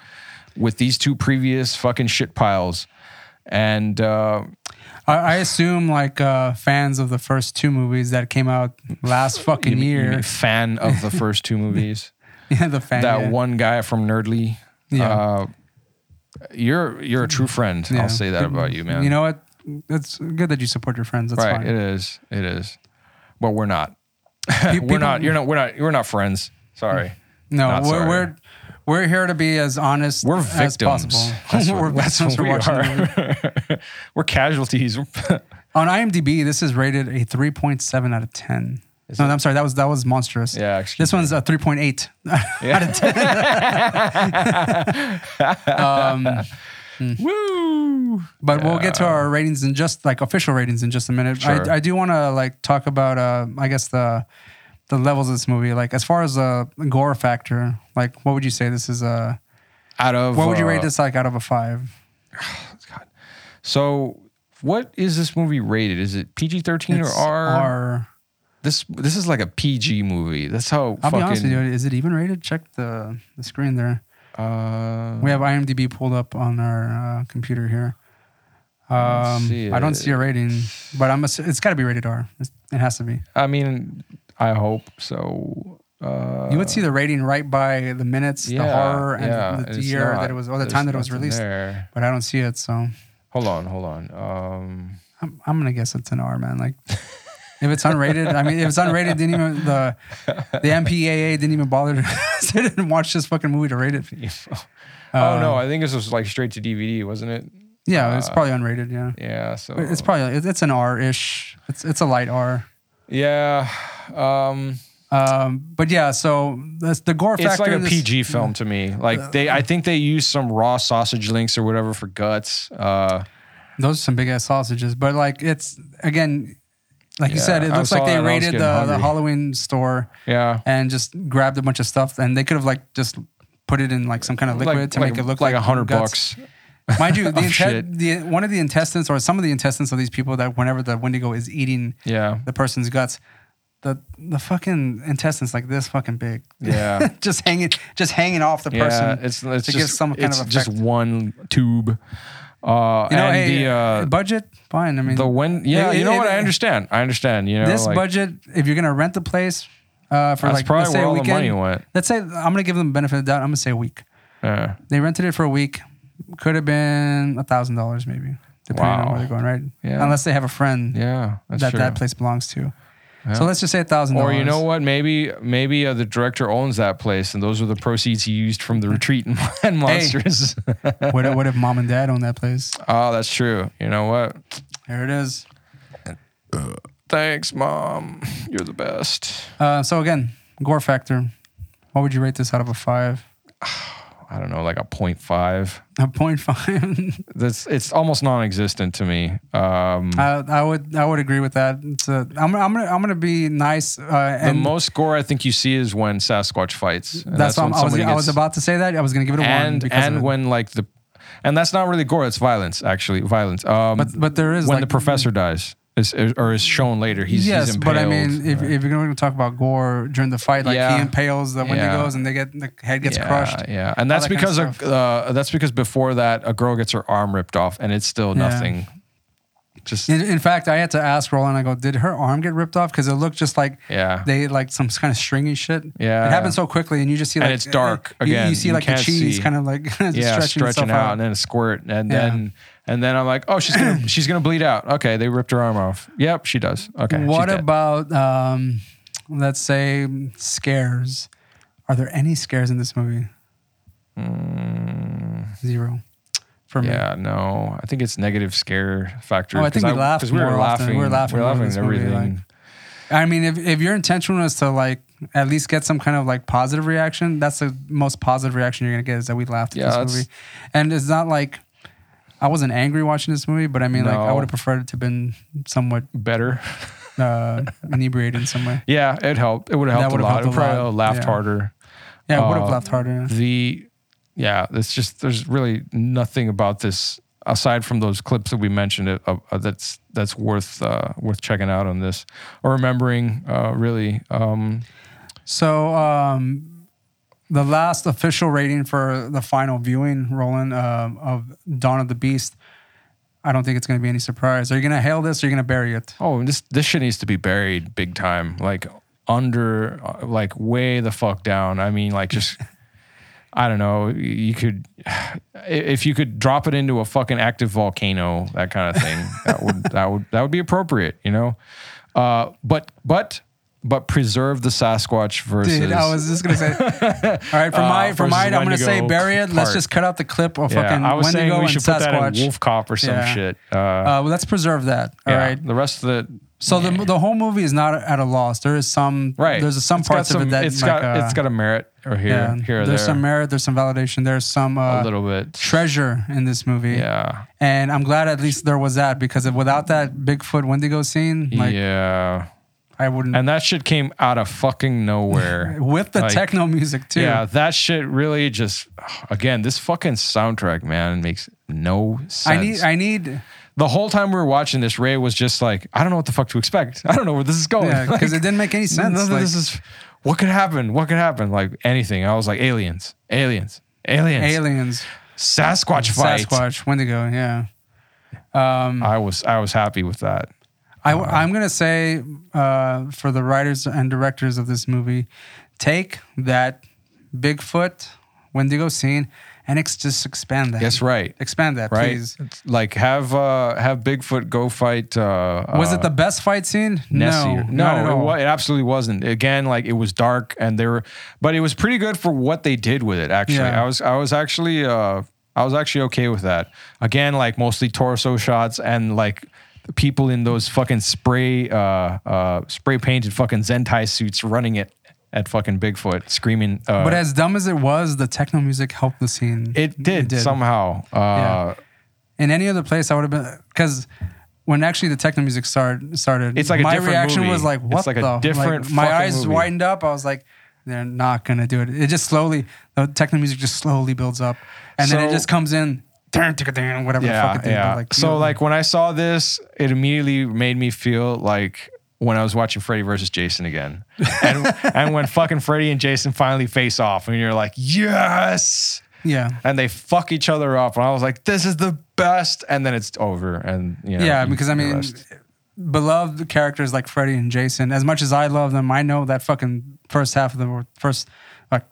Speaker 3: with these two previous fucking shit piles. And uh,
Speaker 2: I, I assume like uh, fans of the first two movies that came out
Speaker 3: (laughs)
Speaker 2: last fucking
Speaker 3: you mean- you
Speaker 2: year.
Speaker 3: mean fan of the first two movies.
Speaker 2: (laughs) yeah, the fan.
Speaker 3: that
Speaker 2: yeah.
Speaker 3: one guy from Nerdly.
Speaker 2: Yeah.
Speaker 3: Uh, you're you're a true friend.
Speaker 2: Yeah.
Speaker 3: I'll say that about you, man.
Speaker 2: You know what? It's good that you support your friends. That's
Speaker 3: right?
Speaker 2: fine.
Speaker 3: (laughs) It is. It is. But we're not. (laughs)
Speaker 2: Pe-
Speaker 3: we're
Speaker 2: people-
Speaker 3: not. You're not. We're not. We're not friends. Sorry.
Speaker 2: No,
Speaker 3: Not
Speaker 2: we're,
Speaker 3: sorry.
Speaker 2: we're we're here to be as honest
Speaker 3: We're
Speaker 2: as
Speaker 3: victims.
Speaker 2: possible.
Speaker 3: That's
Speaker 2: (laughs)
Speaker 3: what,
Speaker 2: we're
Speaker 3: that's
Speaker 2: victims.
Speaker 3: what
Speaker 2: We're
Speaker 3: we
Speaker 2: watching the movie.
Speaker 3: are.
Speaker 2: (laughs)
Speaker 3: we're casualties.
Speaker 2: On IMDb, this is rated a 3.7 out of 10. no, I'm sorry. That was that was monstrous.
Speaker 3: Yeah, excuse
Speaker 2: This one's a 3.8 out of 10. um,
Speaker 3: Woo!
Speaker 2: (laughs) but we'll get to our ratings in just like official ratings in just a minute.
Speaker 3: Sure.
Speaker 2: I, I do want to like talk about uh, I guess the the levels of this movie. Like as far as uh, gore factor, like what would you say this is uh,
Speaker 3: Out of
Speaker 2: what would you
Speaker 3: uh,
Speaker 2: rate this like out of a five?
Speaker 3: God. So, what is this movie rated? Is it PG thirteen or
Speaker 2: It's
Speaker 3: R?
Speaker 2: R.
Speaker 3: This this is like a PG movie. That's how
Speaker 2: I'll
Speaker 3: fucking.
Speaker 2: be honest with you. Is it even rated? Check the, the screen there.
Speaker 3: Uh,
Speaker 2: We have IMDb pulled up on our uh, computer here. Um,
Speaker 3: see
Speaker 2: I don't see a rating, but I'm. Assu- it's got to be rated R. It's, it has to be.
Speaker 3: I mean, I hope so. Uh,
Speaker 2: you would see the rating right by the minutes, the horror, and the- the,
Speaker 3: it's
Speaker 2: year
Speaker 3: not-
Speaker 2: that it was, or the
Speaker 3: there's
Speaker 2: time that it was
Speaker 3: nothing
Speaker 2: released.
Speaker 3: there.
Speaker 2: But I don't see it, so
Speaker 3: Hold on, hold on. Um, (laughs)
Speaker 2: I'm, I'm gonna guess it's an R, man. Like, if it's unrated, I mean, if it's unrated, didn't even the the MPAA didn't even bother to (laughs) sit and watch this fucking movie to rate it.
Speaker 3: oh no,
Speaker 2: uh,
Speaker 3: I think this was like straight to DVD, wasn't it?
Speaker 2: Yeah, it's
Speaker 3: Uh,
Speaker 2: probably unrated. Yeah,
Speaker 3: Yeah. So
Speaker 2: it's probably it- it's an R ish. It's it's a light R.
Speaker 3: yeah. Um,
Speaker 2: Um, but yeah, so that's the gore
Speaker 3: it's
Speaker 2: factor.
Speaker 3: like a
Speaker 2: this-
Speaker 3: PG film to me. Like they, I think they used some raw sausage links or whatever for guts. Uh,
Speaker 2: Those are some big ass sausages, but like it's again, like you said, it
Speaker 3: Yeah, I
Speaker 2: looks like
Speaker 3: saw
Speaker 2: they
Speaker 3: that and I was
Speaker 2: raided
Speaker 3: getting
Speaker 2: the, the
Speaker 3: hungry.
Speaker 2: Halloween store
Speaker 3: yeah.
Speaker 2: and just grabbed a bunch of stuff, and they could have like just put it in like some kind of liquid to make it look like
Speaker 3: a hundred
Speaker 2: guts.
Speaker 3: bucks.
Speaker 2: (laughs)
Speaker 3: Oh,
Speaker 2: Mind
Speaker 3: (laughs)
Speaker 2: you, the, inte-
Speaker 3: shit.
Speaker 2: the one of the intestines or some of the intestines of these people that whenever the Wendigo is eating
Speaker 3: Yeah.
Speaker 2: the person's guts, the the fucking intestines like this fucking big.
Speaker 3: Yeah.
Speaker 2: (laughs) just hanging just hanging off the person.
Speaker 3: Yeah, it's it's
Speaker 2: to
Speaker 3: just,
Speaker 2: give some kind
Speaker 3: it's
Speaker 2: of
Speaker 3: just
Speaker 2: effect.
Speaker 3: one tube. Uh,
Speaker 2: you know,
Speaker 3: and
Speaker 2: hey,
Speaker 3: the uh,
Speaker 2: budget, fine. I mean,
Speaker 3: the when yeah,
Speaker 2: it-
Speaker 3: you know
Speaker 2: it-
Speaker 3: what?
Speaker 2: it-
Speaker 3: I understand. I understand. You know,
Speaker 2: this
Speaker 3: like,
Speaker 2: budget, if you're gonna rent the place uh, for
Speaker 3: That's
Speaker 2: like
Speaker 3: probably
Speaker 2: let's say
Speaker 3: where
Speaker 2: a
Speaker 3: all the
Speaker 2: weekend,
Speaker 3: money went.
Speaker 2: let's say I'm gonna give them the benefit of the doubt. I'm gonna say a week.
Speaker 3: yeah.
Speaker 2: They rented it for a week. Could have been a thousand dollars maybe, depending on
Speaker 3: Wow.
Speaker 2: where they're going, right?
Speaker 3: Yeah.
Speaker 2: Unless they have a friend
Speaker 3: yeah, that's
Speaker 2: that
Speaker 3: true.
Speaker 2: that place belongs to. So let's just say a thousand.
Speaker 3: or you know what? Maybe maybe uh, the director owns that place, and those are the proceeds he used from the retreat (laughs) and,
Speaker 2: (laughs)
Speaker 3: and monsters.
Speaker 2: what? if- What if mom and dad own that place?
Speaker 3: oh, that's true. You know what?
Speaker 2: There it is.
Speaker 3: Thanks, mom. You're the best.
Speaker 2: Uh, so again, gore factor. What would you rate this out of a five?
Speaker 3: I don't know, like a point five.
Speaker 2: A point five. (laughs)
Speaker 3: That's it's almost non-existent to me. Um,
Speaker 2: I, I would I would agree with that. It's a, I'm, I'm gonna I'm gonna be nice. Uh,
Speaker 3: the
Speaker 2: and
Speaker 3: most gore I think you see is when Sasquatch fights. And
Speaker 2: that's, what I'm-
Speaker 3: when
Speaker 2: I was
Speaker 3: somebody
Speaker 2: I was
Speaker 3: gets-
Speaker 2: about to say that I was gonna give it a one
Speaker 3: and
Speaker 2: because of
Speaker 3: and
Speaker 2: it.
Speaker 3: when like the and that's not really gore. It's violence actually. Violence. Um,
Speaker 2: but but there is
Speaker 3: when
Speaker 2: like,
Speaker 3: the professor dies is, is- or is shown later, he's
Speaker 2: yes,
Speaker 3: he's impaled.
Speaker 2: but I mean if, if you're gonna talk about gore during the fight, like
Speaker 3: Yeah.
Speaker 2: he impales the Wendigos and they get the head gets
Speaker 3: yeah,
Speaker 2: crushed.
Speaker 3: Yeah, and that's
Speaker 2: that kind of
Speaker 3: because a, uh, that's because before that, a girl gets her arm ripped off, and it's still
Speaker 2: Yeah.
Speaker 3: nothing. Just
Speaker 2: In, in fact, I had to ask Roland. I go, did her arm get ripped off? Because it looked just like
Speaker 3: Yeah.
Speaker 2: they like some kind of stringy shit.
Speaker 3: Yeah.
Speaker 2: it happened so quickly, and you just see
Speaker 3: And
Speaker 2: like
Speaker 3: it's dark
Speaker 2: uh, you- You,
Speaker 3: again.
Speaker 2: see
Speaker 3: You
Speaker 2: like the
Speaker 3: can't
Speaker 2: cheese
Speaker 3: see.
Speaker 2: kind of like (laughs)
Speaker 3: yeah,
Speaker 2: stretching, itself
Speaker 3: stretching out, and then a squirt, and then and then I'm like, oh,
Speaker 2: (clears throat)
Speaker 3: she's gonna she's gonna bleed out. Okay, they ripped her arm off. Yep, she does. Okay, she's
Speaker 2: what
Speaker 3: dead.
Speaker 2: about um, let's say scares? Are there any scares in this movie? Zero for me.
Speaker 3: Hmm. Yeah, no, I think it's negative scare factor.
Speaker 2: Oh, I think
Speaker 3: 'cause
Speaker 2: we laughed
Speaker 3: 'cause
Speaker 2: more often. We were laughing
Speaker 3: we were
Speaker 2: more in
Speaker 3: laughing
Speaker 2: this
Speaker 3: at
Speaker 2: movie,
Speaker 3: everything.
Speaker 2: like- I mean, if, if your intention was to like at least get some kind of like positive reaction, that's the most positive reaction you're gonna get is that we laughed at
Speaker 3: Yeah,
Speaker 2: this
Speaker 3: that's-
Speaker 2: movie, and it's not like I wasn't angry watching this movie, but I mean, like I
Speaker 3: No.
Speaker 2: would have preferred it to have been somewhat
Speaker 3: Better. (laughs)
Speaker 2: uh, inebriated in some way.
Speaker 3: Yeah, it helped. It would have
Speaker 2: That
Speaker 3: helped a
Speaker 2: would've
Speaker 3: lot.
Speaker 2: helped a
Speaker 3: It
Speaker 2: lot.
Speaker 3: probably laughed
Speaker 2: Yeah.
Speaker 3: harder.
Speaker 2: Yeah, I would have
Speaker 3: Uh,
Speaker 2: laughed harder.
Speaker 3: The yeah, it's just there's really nothing about this aside from those clips that we mentioned it, uh, uh, that's that's worth uh, worth checking out on this or remembering uh, really. Um,
Speaker 2: So um, the last uh, official rating for the final viewing, Roland, um of Dawn of the Beast I don't think it's going to be any surprise. Are you going to hail this or are you going to bury it?
Speaker 3: Oh, this this shit needs to be buried big time, like under, uh, like way the fuck down. I mean, like just, (laughs) I don't know. You could, (sighs) if you could drop it into a fucking active volcano, that kind of thing. (laughs) that would that would that would be appropriate, you know. Uh, but but but preserve the Sasquatch versus.
Speaker 2: Dude, I was just gonna
Speaker 3: (laughs)
Speaker 2: say. All right, for my for
Speaker 3: Uh, versus
Speaker 2: mine, I'm gonna say
Speaker 3: Wendigo
Speaker 2: bury it. Let's
Speaker 3: part.
Speaker 2: just cut out the clip of
Speaker 3: yeah,
Speaker 2: fucking
Speaker 3: I was
Speaker 2: Wendigo
Speaker 3: saying we
Speaker 2: and
Speaker 3: should
Speaker 2: Sasquatch.
Speaker 3: put that in Wolf Cop or some
Speaker 2: Yeah.
Speaker 3: shit. Uh,
Speaker 2: uh, well, let's preserve that. All
Speaker 3: yeah.
Speaker 2: right.
Speaker 3: The rest of the
Speaker 2: So the the whole movie is not at a loss. There is some
Speaker 3: right.
Speaker 2: There's some
Speaker 3: It's got
Speaker 2: parts of
Speaker 3: some-
Speaker 2: it that
Speaker 3: it's
Speaker 2: like,
Speaker 3: got
Speaker 2: uh,
Speaker 3: it's got a merit or here
Speaker 2: yeah,
Speaker 3: here or there
Speaker 2: there's some merit. There's some validation. There's some
Speaker 3: a
Speaker 2: uh,
Speaker 3: little bit.
Speaker 2: treasure in this movie.
Speaker 3: Yeah.
Speaker 2: And I'm glad at least there was that because if, without that Bigfoot Wendigo scene, like
Speaker 3: yeah.
Speaker 2: I wouldn't.
Speaker 3: And that shit came out of fucking nowhere.
Speaker 2: (laughs) with the
Speaker 3: like,
Speaker 2: techno music too.
Speaker 3: yeah, that shit really just again, this fucking soundtrack, man, makes no sense.
Speaker 2: I need. I need.
Speaker 3: the whole time we were watching this, Ray was just like, I don't know what the fuck to expect. (laughs) I don't know where this is going.
Speaker 2: Yeah,
Speaker 3: Oh, Like,
Speaker 2: because it didn't make any sense.
Speaker 3: None of
Speaker 2: like-
Speaker 3: this is what could happen? What could happen? Like anything. I was like, aliens, aliens, aliens,
Speaker 2: aliens,
Speaker 3: Sasquatch fight.
Speaker 2: Sasquatch, Wendigo. Yeah,
Speaker 3: I was I was happy with that.
Speaker 2: I, am gonna say uh, for the writers and directors of this movie, take that Bigfoot Wendigo scene and ex- just expand that.
Speaker 3: Yes, right.
Speaker 2: Expand that,
Speaker 3: Right?
Speaker 2: please.
Speaker 3: It's Like have uh have Bigfoot go fight uh
Speaker 2: Was
Speaker 3: uh,
Speaker 2: it the best fight scene?
Speaker 3: Nessie.
Speaker 2: No, not
Speaker 3: no,
Speaker 2: at
Speaker 3: it,
Speaker 2: all.
Speaker 3: wa- it absolutely wasn't. Again, like it was dark and they were, but it was pretty good for what they did with it. Actually,
Speaker 2: Yeah.
Speaker 3: I was, I was actually, uh, I was actually okay with that. Again, like mostly torso shots and like the people in those fucking spray, uh, uh, spray painted fucking Zentai suits running it at fucking Bigfoot, screaming. Uh,
Speaker 2: But as dumb as it was, the techno music helped the scene.
Speaker 3: it did, somehow. Uh,
Speaker 2: in any other place, I would have been because when actually the techno music start, started,
Speaker 3: It's like a
Speaker 2: my
Speaker 3: different
Speaker 2: reaction
Speaker 3: movie.
Speaker 2: was like,
Speaker 3: It's
Speaker 2: "What
Speaker 3: like a
Speaker 2: the?"
Speaker 3: different
Speaker 2: my
Speaker 3: fucking
Speaker 2: eyes
Speaker 3: movie.
Speaker 2: widened up. I was like, "They're not gonna do it." It just slowly the techno music just slowly builds up, and then it
Speaker 3: So-
Speaker 2: just comes in, turn whatever the fuck it did. I'm Like,
Speaker 3: so
Speaker 2: you-
Speaker 3: like when I saw this, it immediately made me feel like when I was watching Freddy versus Jason
Speaker 2: (laughs)
Speaker 3: again, and, and when fucking Freddy and Jason finally face off, and you're like, yes,
Speaker 2: yeah,
Speaker 3: and they fuck each other up, and I was like, this is the best, and then it's over, and you know,
Speaker 2: yeah,
Speaker 3: you-
Speaker 2: because I
Speaker 3: the
Speaker 2: mean,
Speaker 3: rest.
Speaker 2: beloved characters like Freddy and Jason. As much as I love them, I know that fucking first half of the or first like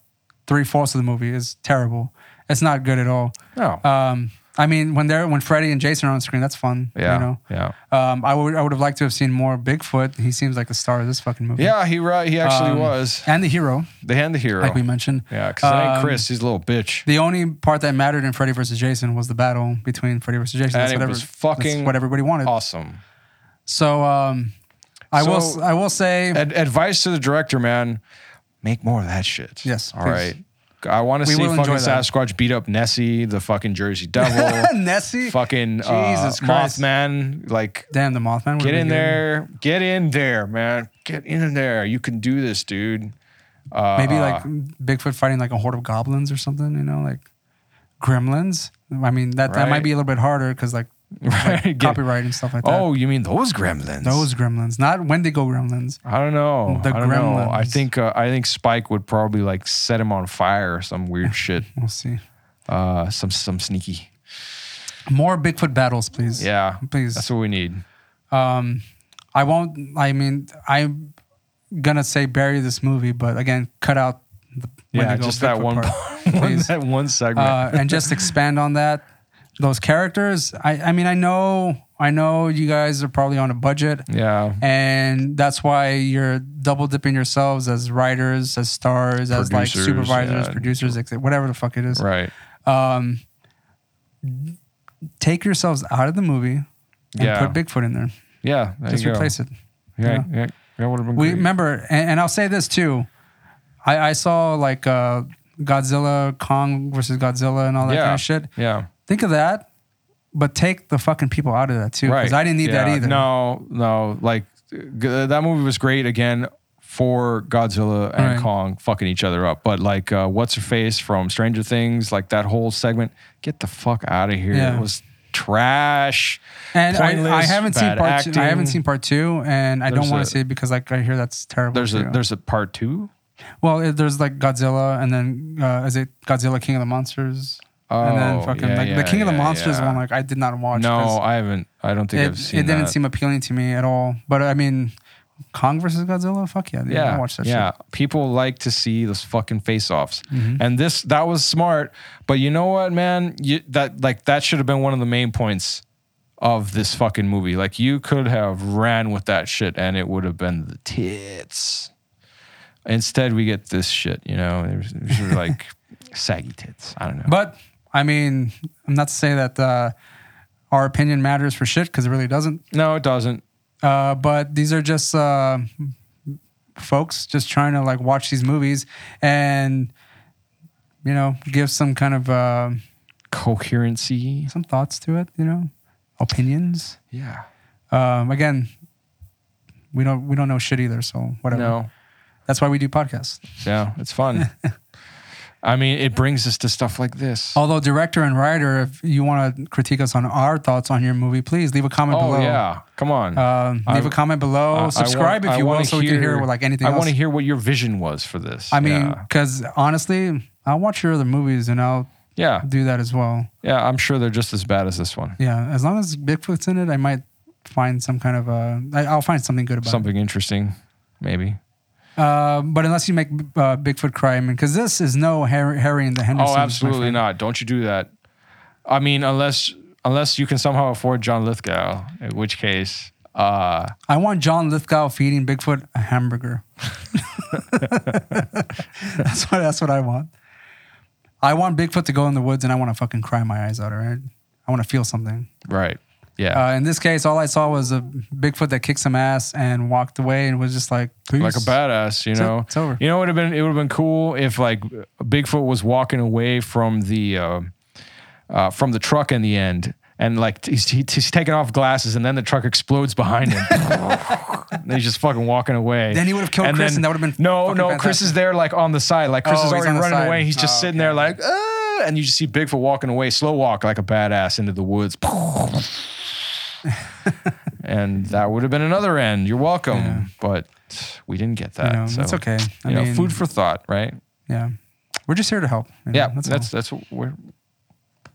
Speaker 2: three fourths of the movie is terrible. It's not good at all.
Speaker 3: no,
Speaker 2: Um, I mean, when they're when Freddy and Jason are on screen, that's fun.
Speaker 3: yeah,
Speaker 2: You know.
Speaker 3: yeah.
Speaker 2: Um, I would I would have liked to have seen more Bigfoot. He seems like the star of this fucking movie.
Speaker 3: Yeah, he right. He actually
Speaker 2: Um,
Speaker 3: was.
Speaker 2: And the hero,
Speaker 3: They hand the hero.
Speaker 2: like we mentioned.
Speaker 3: yeah, because it ain't
Speaker 2: Um,
Speaker 3: Chris. He's a little bitch.
Speaker 2: The only part that mattered in Freddy versus Jason was the battle between Freddy versus Jason.
Speaker 3: And
Speaker 2: That's
Speaker 3: it
Speaker 2: whatever,
Speaker 3: was fucking
Speaker 2: that's what everybody wanted.
Speaker 3: Awesome.
Speaker 2: So um, I will
Speaker 3: So-
Speaker 2: will I will say
Speaker 3: Ad- advice to the director, man. Make more of that shit.
Speaker 2: Yes,
Speaker 3: All
Speaker 2: please.
Speaker 3: right. I want to
Speaker 2: We
Speaker 3: see
Speaker 2: will
Speaker 3: fucking
Speaker 2: enjoy that.
Speaker 3: Sasquatch beat up Nessie, the fucking Jersey
Speaker 2: (laughs) (laughs)
Speaker 3: Devil,
Speaker 2: Nessie.
Speaker 3: fucking
Speaker 2: Jesus
Speaker 3: Jesus
Speaker 2: Christ.
Speaker 3: Mothman. Like,
Speaker 2: Damn the Mothman. would've
Speaker 3: get
Speaker 2: been
Speaker 3: in
Speaker 2: good.
Speaker 3: there, get in there, man, get in there. You can do this, dude. Uh,
Speaker 2: Maybe like Bigfoot fighting like a horde of goblins or something. You know, like gremlins. I mean that that might
Speaker 3: Right.
Speaker 2: be a little bit harder because like
Speaker 3: (laughs) right? Get-
Speaker 2: copyright and stuff like that.
Speaker 3: Oh, you mean those gremlins?
Speaker 2: Those gremlins, not Wendigo gremlins.
Speaker 3: I don't know.
Speaker 2: The
Speaker 3: I don't know. I
Speaker 2: gremlins.
Speaker 3: think uh, I think Spike would probably like set him on fire or
Speaker 2: (laughs)
Speaker 3: some weird shit.
Speaker 2: We'll see.
Speaker 3: Uh, some some sneaky.
Speaker 2: More Bigfoot battles, please.
Speaker 3: Yeah,
Speaker 2: Please.
Speaker 3: That's what we need.
Speaker 2: Um, I won't. I mean, I'm gonna say bury this movie, but again, cut out the
Speaker 3: Yeah,
Speaker 2: Wendigo
Speaker 3: just that
Speaker 2: Bigfoot
Speaker 3: one,
Speaker 2: part,
Speaker 3: part, (laughs) one
Speaker 2: please.
Speaker 3: that one segment.
Speaker 2: uh, and just expand on that. Those characters. I. I mean, I know. I know you guys are probably on a budget.
Speaker 3: yeah,
Speaker 2: And that's why you're double dipping yourselves as writers, as stars, as like
Speaker 3: Producers,
Speaker 2: supervisors,
Speaker 3: yeah.
Speaker 2: producers, ex- whatever the fuck it is.
Speaker 3: right.
Speaker 2: Take yourselves out of the movie and
Speaker 3: Yeah.
Speaker 2: put Bigfoot in there.
Speaker 3: Yeah, there
Speaker 2: Just
Speaker 3: you go.
Speaker 2: replace it.
Speaker 3: Yeah, yeah, that would have been
Speaker 2: We
Speaker 3: great.
Speaker 2: remember, and, and I'll say this too. I, I saw like uh, Godzilla, Kong versus Godzilla, and all that
Speaker 3: yeah.
Speaker 2: kind of shit.
Speaker 3: Yeah,
Speaker 2: Think of that, but take the fucking people out of that too.
Speaker 3: right.
Speaker 2: Because I didn't need that
Speaker 3: Yeah.
Speaker 2: either.
Speaker 3: No, no, like g- that movie was great again for Godzilla and
Speaker 2: Right.
Speaker 3: Kong fucking each other up. But like, uh, what's her face from Stranger Things? Like that whole segment. Get the fuck out of here.
Speaker 2: Yeah.
Speaker 3: It was trash.
Speaker 2: and I, I
Speaker 3: pointless,
Speaker 2: haven't seen
Speaker 3: bad
Speaker 2: part two. I
Speaker 3: acting.
Speaker 2: haven't seen part two, and I don't
Speaker 3: There's
Speaker 2: want
Speaker 3: a-
Speaker 2: to see it because like I hear that's terrible.
Speaker 3: There's a
Speaker 2: too.
Speaker 3: there's a part two.
Speaker 2: well, it- there's like Godzilla, and then uh, is it Godzilla King of the Monsters?
Speaker 3: Oh,
Speaker 2: and then fucking
Speaker 3: yeah,
Speaker 2: like the
Speaker 3: yeah,
Speaker 2: King of the
Speaker 3: yeah,
Speaker 2: Monsters
Speaker 3: yeah.
Speaker 2: one, like I did not watch.
Speaker 3: No,
Speaker 2: 'cause
Speaker 3: I haven't. I don't think
Speaker 2: it,
Speaker 3: I've seen.
Speaker 2: it didn't
Speaker 3: that.
Speaker 2: seem appealing to me at all. But I mean, Kong versus Godzilla, fuck yeah, dude,
Speaker 3: Yeah,
Speaker 2: I watch that
Speaker 3: yeah.
Speaker 2: shit.
Speaker 3: People like to see those fucking face-offs,
Speaker 2: Mm-hmm.
Speaker 3: and this that was smart. But you know what, man? You, that like that should have been one of the main points of this fucking movie. Like you could have ran with that shit, and it would have been the tits. Instead, we get this shit. You know, there's,
Speaker 2: (laughs)
Speaker 3: there's like saggy tits. I don't know.
Speaker 2: But I mean, I'm not to say that uh, our opinion matters for shit because it really doesn't.
Speaker 3: no, it doesn't.
Speaker 2: Uh, but these are just uh, folks just trying to like watch these movies and you know give some kind of uh,
Speaker 3: Coherency.
Speaker 2: some thoughts to it. You know, opinions.
Speaker 3: Yeah.
Speaker 2: Um, again, we don't we don't know shit either, so whatever.
Speaker 3: No.
Speaker 2: That's why we do podcasts.
Speaker 3: Yeah, it's
Speaker 2: (laughs)
Speaker 3: fun. I mean, it brings us to stuff like this.
Speaker 2: Although director and writer, if you want to critique us on our thoughts on your movie, please leave a comment
Speaker 3: Oh
Speaker 2: below.
Speaker 3: yeah, come on.
Speaker 2: Um,
Speaker 3: I-
Speaker 2: leave a comment below.
Speaker 3: I- I
Speaker 2: Subscribe
Speaker 3: want-
Speaker 2: if
Speaker 3: I
Speaker 2: you
Speaker 3: wanna
Speaker 2: will, so we can hear like anything
Speaker 3: I
Speaker 2: else.
Speaker 3: want to hear what your vision was for this.
Speaker 2: I mean,
Speaker 3: yeah.
Speaker 2: because honestly, I'll watch your other movies and I'll
Speaker 3: yeah,
Speaker 2: do that as well.
Speaker 3: yeah, I'm sure they're just as bad as this one.
Speaker 2: Yeah, as long as Bigfoot's in it, I might find some kind of a. I, I'll find something good about
Speaker 3: Something interesting, maybe.
Speaker 2: it. Uh, but unless you make uh, Bigfoot cry, I mean, because this is no Harry, Harry and the Hendersons.
Speaker 3: Oh,
Speaker 2: my
Speaker 3: absolutely
Speaker 2: friend.
Speaker 3: not. Don't you do that. I mean, unless unless you can somehow afford John Lithgow, in which case, uh,
Speaker 2: I want John Lithgow feeding Bigfoot a hamburger. (laughs) that's what that's what I want. I want Bigfoot to go in the woods and I want to fucking cry my eyes out, all right? I want to feel something.
Speaker 3: right? Yeah,
Speaker 2: Uh, in this case, all I saw was a Bigfoot that kicked some ass and walked away and was just like, Peace.
Speaker 3: like a badass, you
Speaker 2: It's o-
Speaker 3: know.
Speaker 2: it's over.
Speaker 3: You know, it would have been it would have been cool if like Bigfoot was walking away from the uh, uh, from the truck in the end, and like t- he's, he's taking off glasses, and then the truck explodes
Speaker 2: (laughs)
Speaker 3: behind him. and he's just fucking walking away.
Speaker 2: Then he would have killed Chris, and that would have been
Speaker 3: no,
Speaker 2: fucking
Speaker 3: no. Chris
Speaker 2: fantastic.
Speaker 3: is there like on the side, like Chris
Speaker 2: Oh, he's
Speaker 3: is
Speaker 2: on
Speaker 3: already
Speaker 2: the
Speaker 3: running
Speaker 2: side.
Speaker 3: away. He's just
Speaker 2: Oh,
Speaker 3: sitting there like, ah, and you just see Bigfoot walking away, slow walk like a badass into the woods. and that would have been another end. You're welcome, but we didn't get that.
Speaker 2: You know,
Speaker 3: so
Speaker 2: that's okay. I
Speaker 3: you know,
Speaker 2: mean,
Speaker 3: food for thought, right?
Speaker 2: yeah. We're just here to help. you know,
Speaker 3: Yeah,
Speaker 2: that's,
Speaker 3: that's that's, what we're.
Speaker 2: all.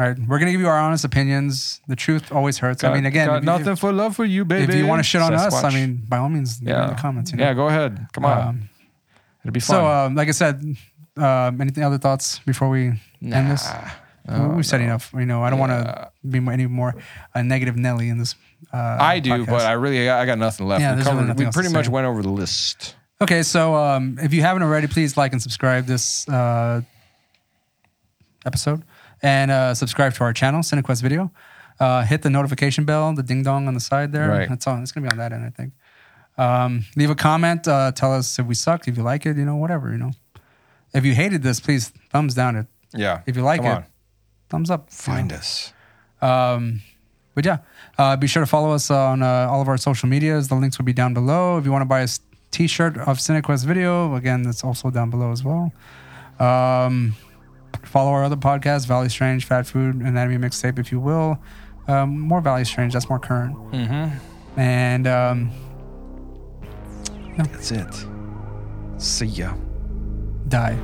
Speaker 2: all right. We're gonna give you our honest opinions. The truth always hurts.
Speaker 3: Got,
Speaker 2: I mean, again,
Speaker 3: got
Speaker 2: if you-
Speaker 3: nothing for love for you, baby.
Speaker 2: if you want to shit on us, I
Speaker 3: Sasquatch.
Speaker 2: mean, by all means, leave it
Speaker 3: yeah,
Speaker 2: in the comments. You know?
Speaker 3: yeah, go ahead. Come on,
Speaker 2: Um,
Speaker 3: it'll be fun.
Speaker 2: So, um, like I said, um, anything other thoughts before we end this?
Speaker 3: Oh, No,
Speaker 2: We've said enough. You know, I don't want
Speaker 3: Yeah.
Speaker 2: to be mo- any more a negative Nelly in this. Uh,
Speaker 3: I do,
Speaker 2: podcast.
Speaker 3: but I really I got nothing left.
Speaker 2: Yeah,
Speaker 3: we
Speaker 2: there's really
Speaker 3: covered,
Speaker 2: nothing
Speaker 3: we
Speaker 2: else to
Speaker 3: pretty much
Speaker 2: say.
Speaker 3: went over the list.
Speaker 2: okay. So, um, if you haven't already, please like and subscribe this uh, episode, and uh, subscribe to our channel, CineQuest Video. Uh, hit the notification bell, the ding dong on the side there.
Speaker 3: Right.
Speaker 2: That's on. It's gonna be on that end, I think. Um, leave a comment. Uh, tell us if we sucked, if you like it, you know, whatever, you know. If you hated this, please thumbs down it.
Speaker 3: Yeah.
Speaker 2: If you like
Speaker 3: Come
Speaker 2: it,
Speaker 3: on.
Speaker 2: thumbs up.
Speaker 3: find us.
Speaker 2: Um, but yeah, uh, be sure to follow us on uh, all of our social medias. The links will be down below. If you want to buy a t shirt of Cinequest Video, again, that's also down below as well. Um, follow our other podcasts, Valley Strange, Fat Food, Anatomy Mixtape, if you will. Um, more Valley Strange, that's more current. Mm-hmm. And um,
Speaker 3: That's it. See ya.
Speaker 2: die.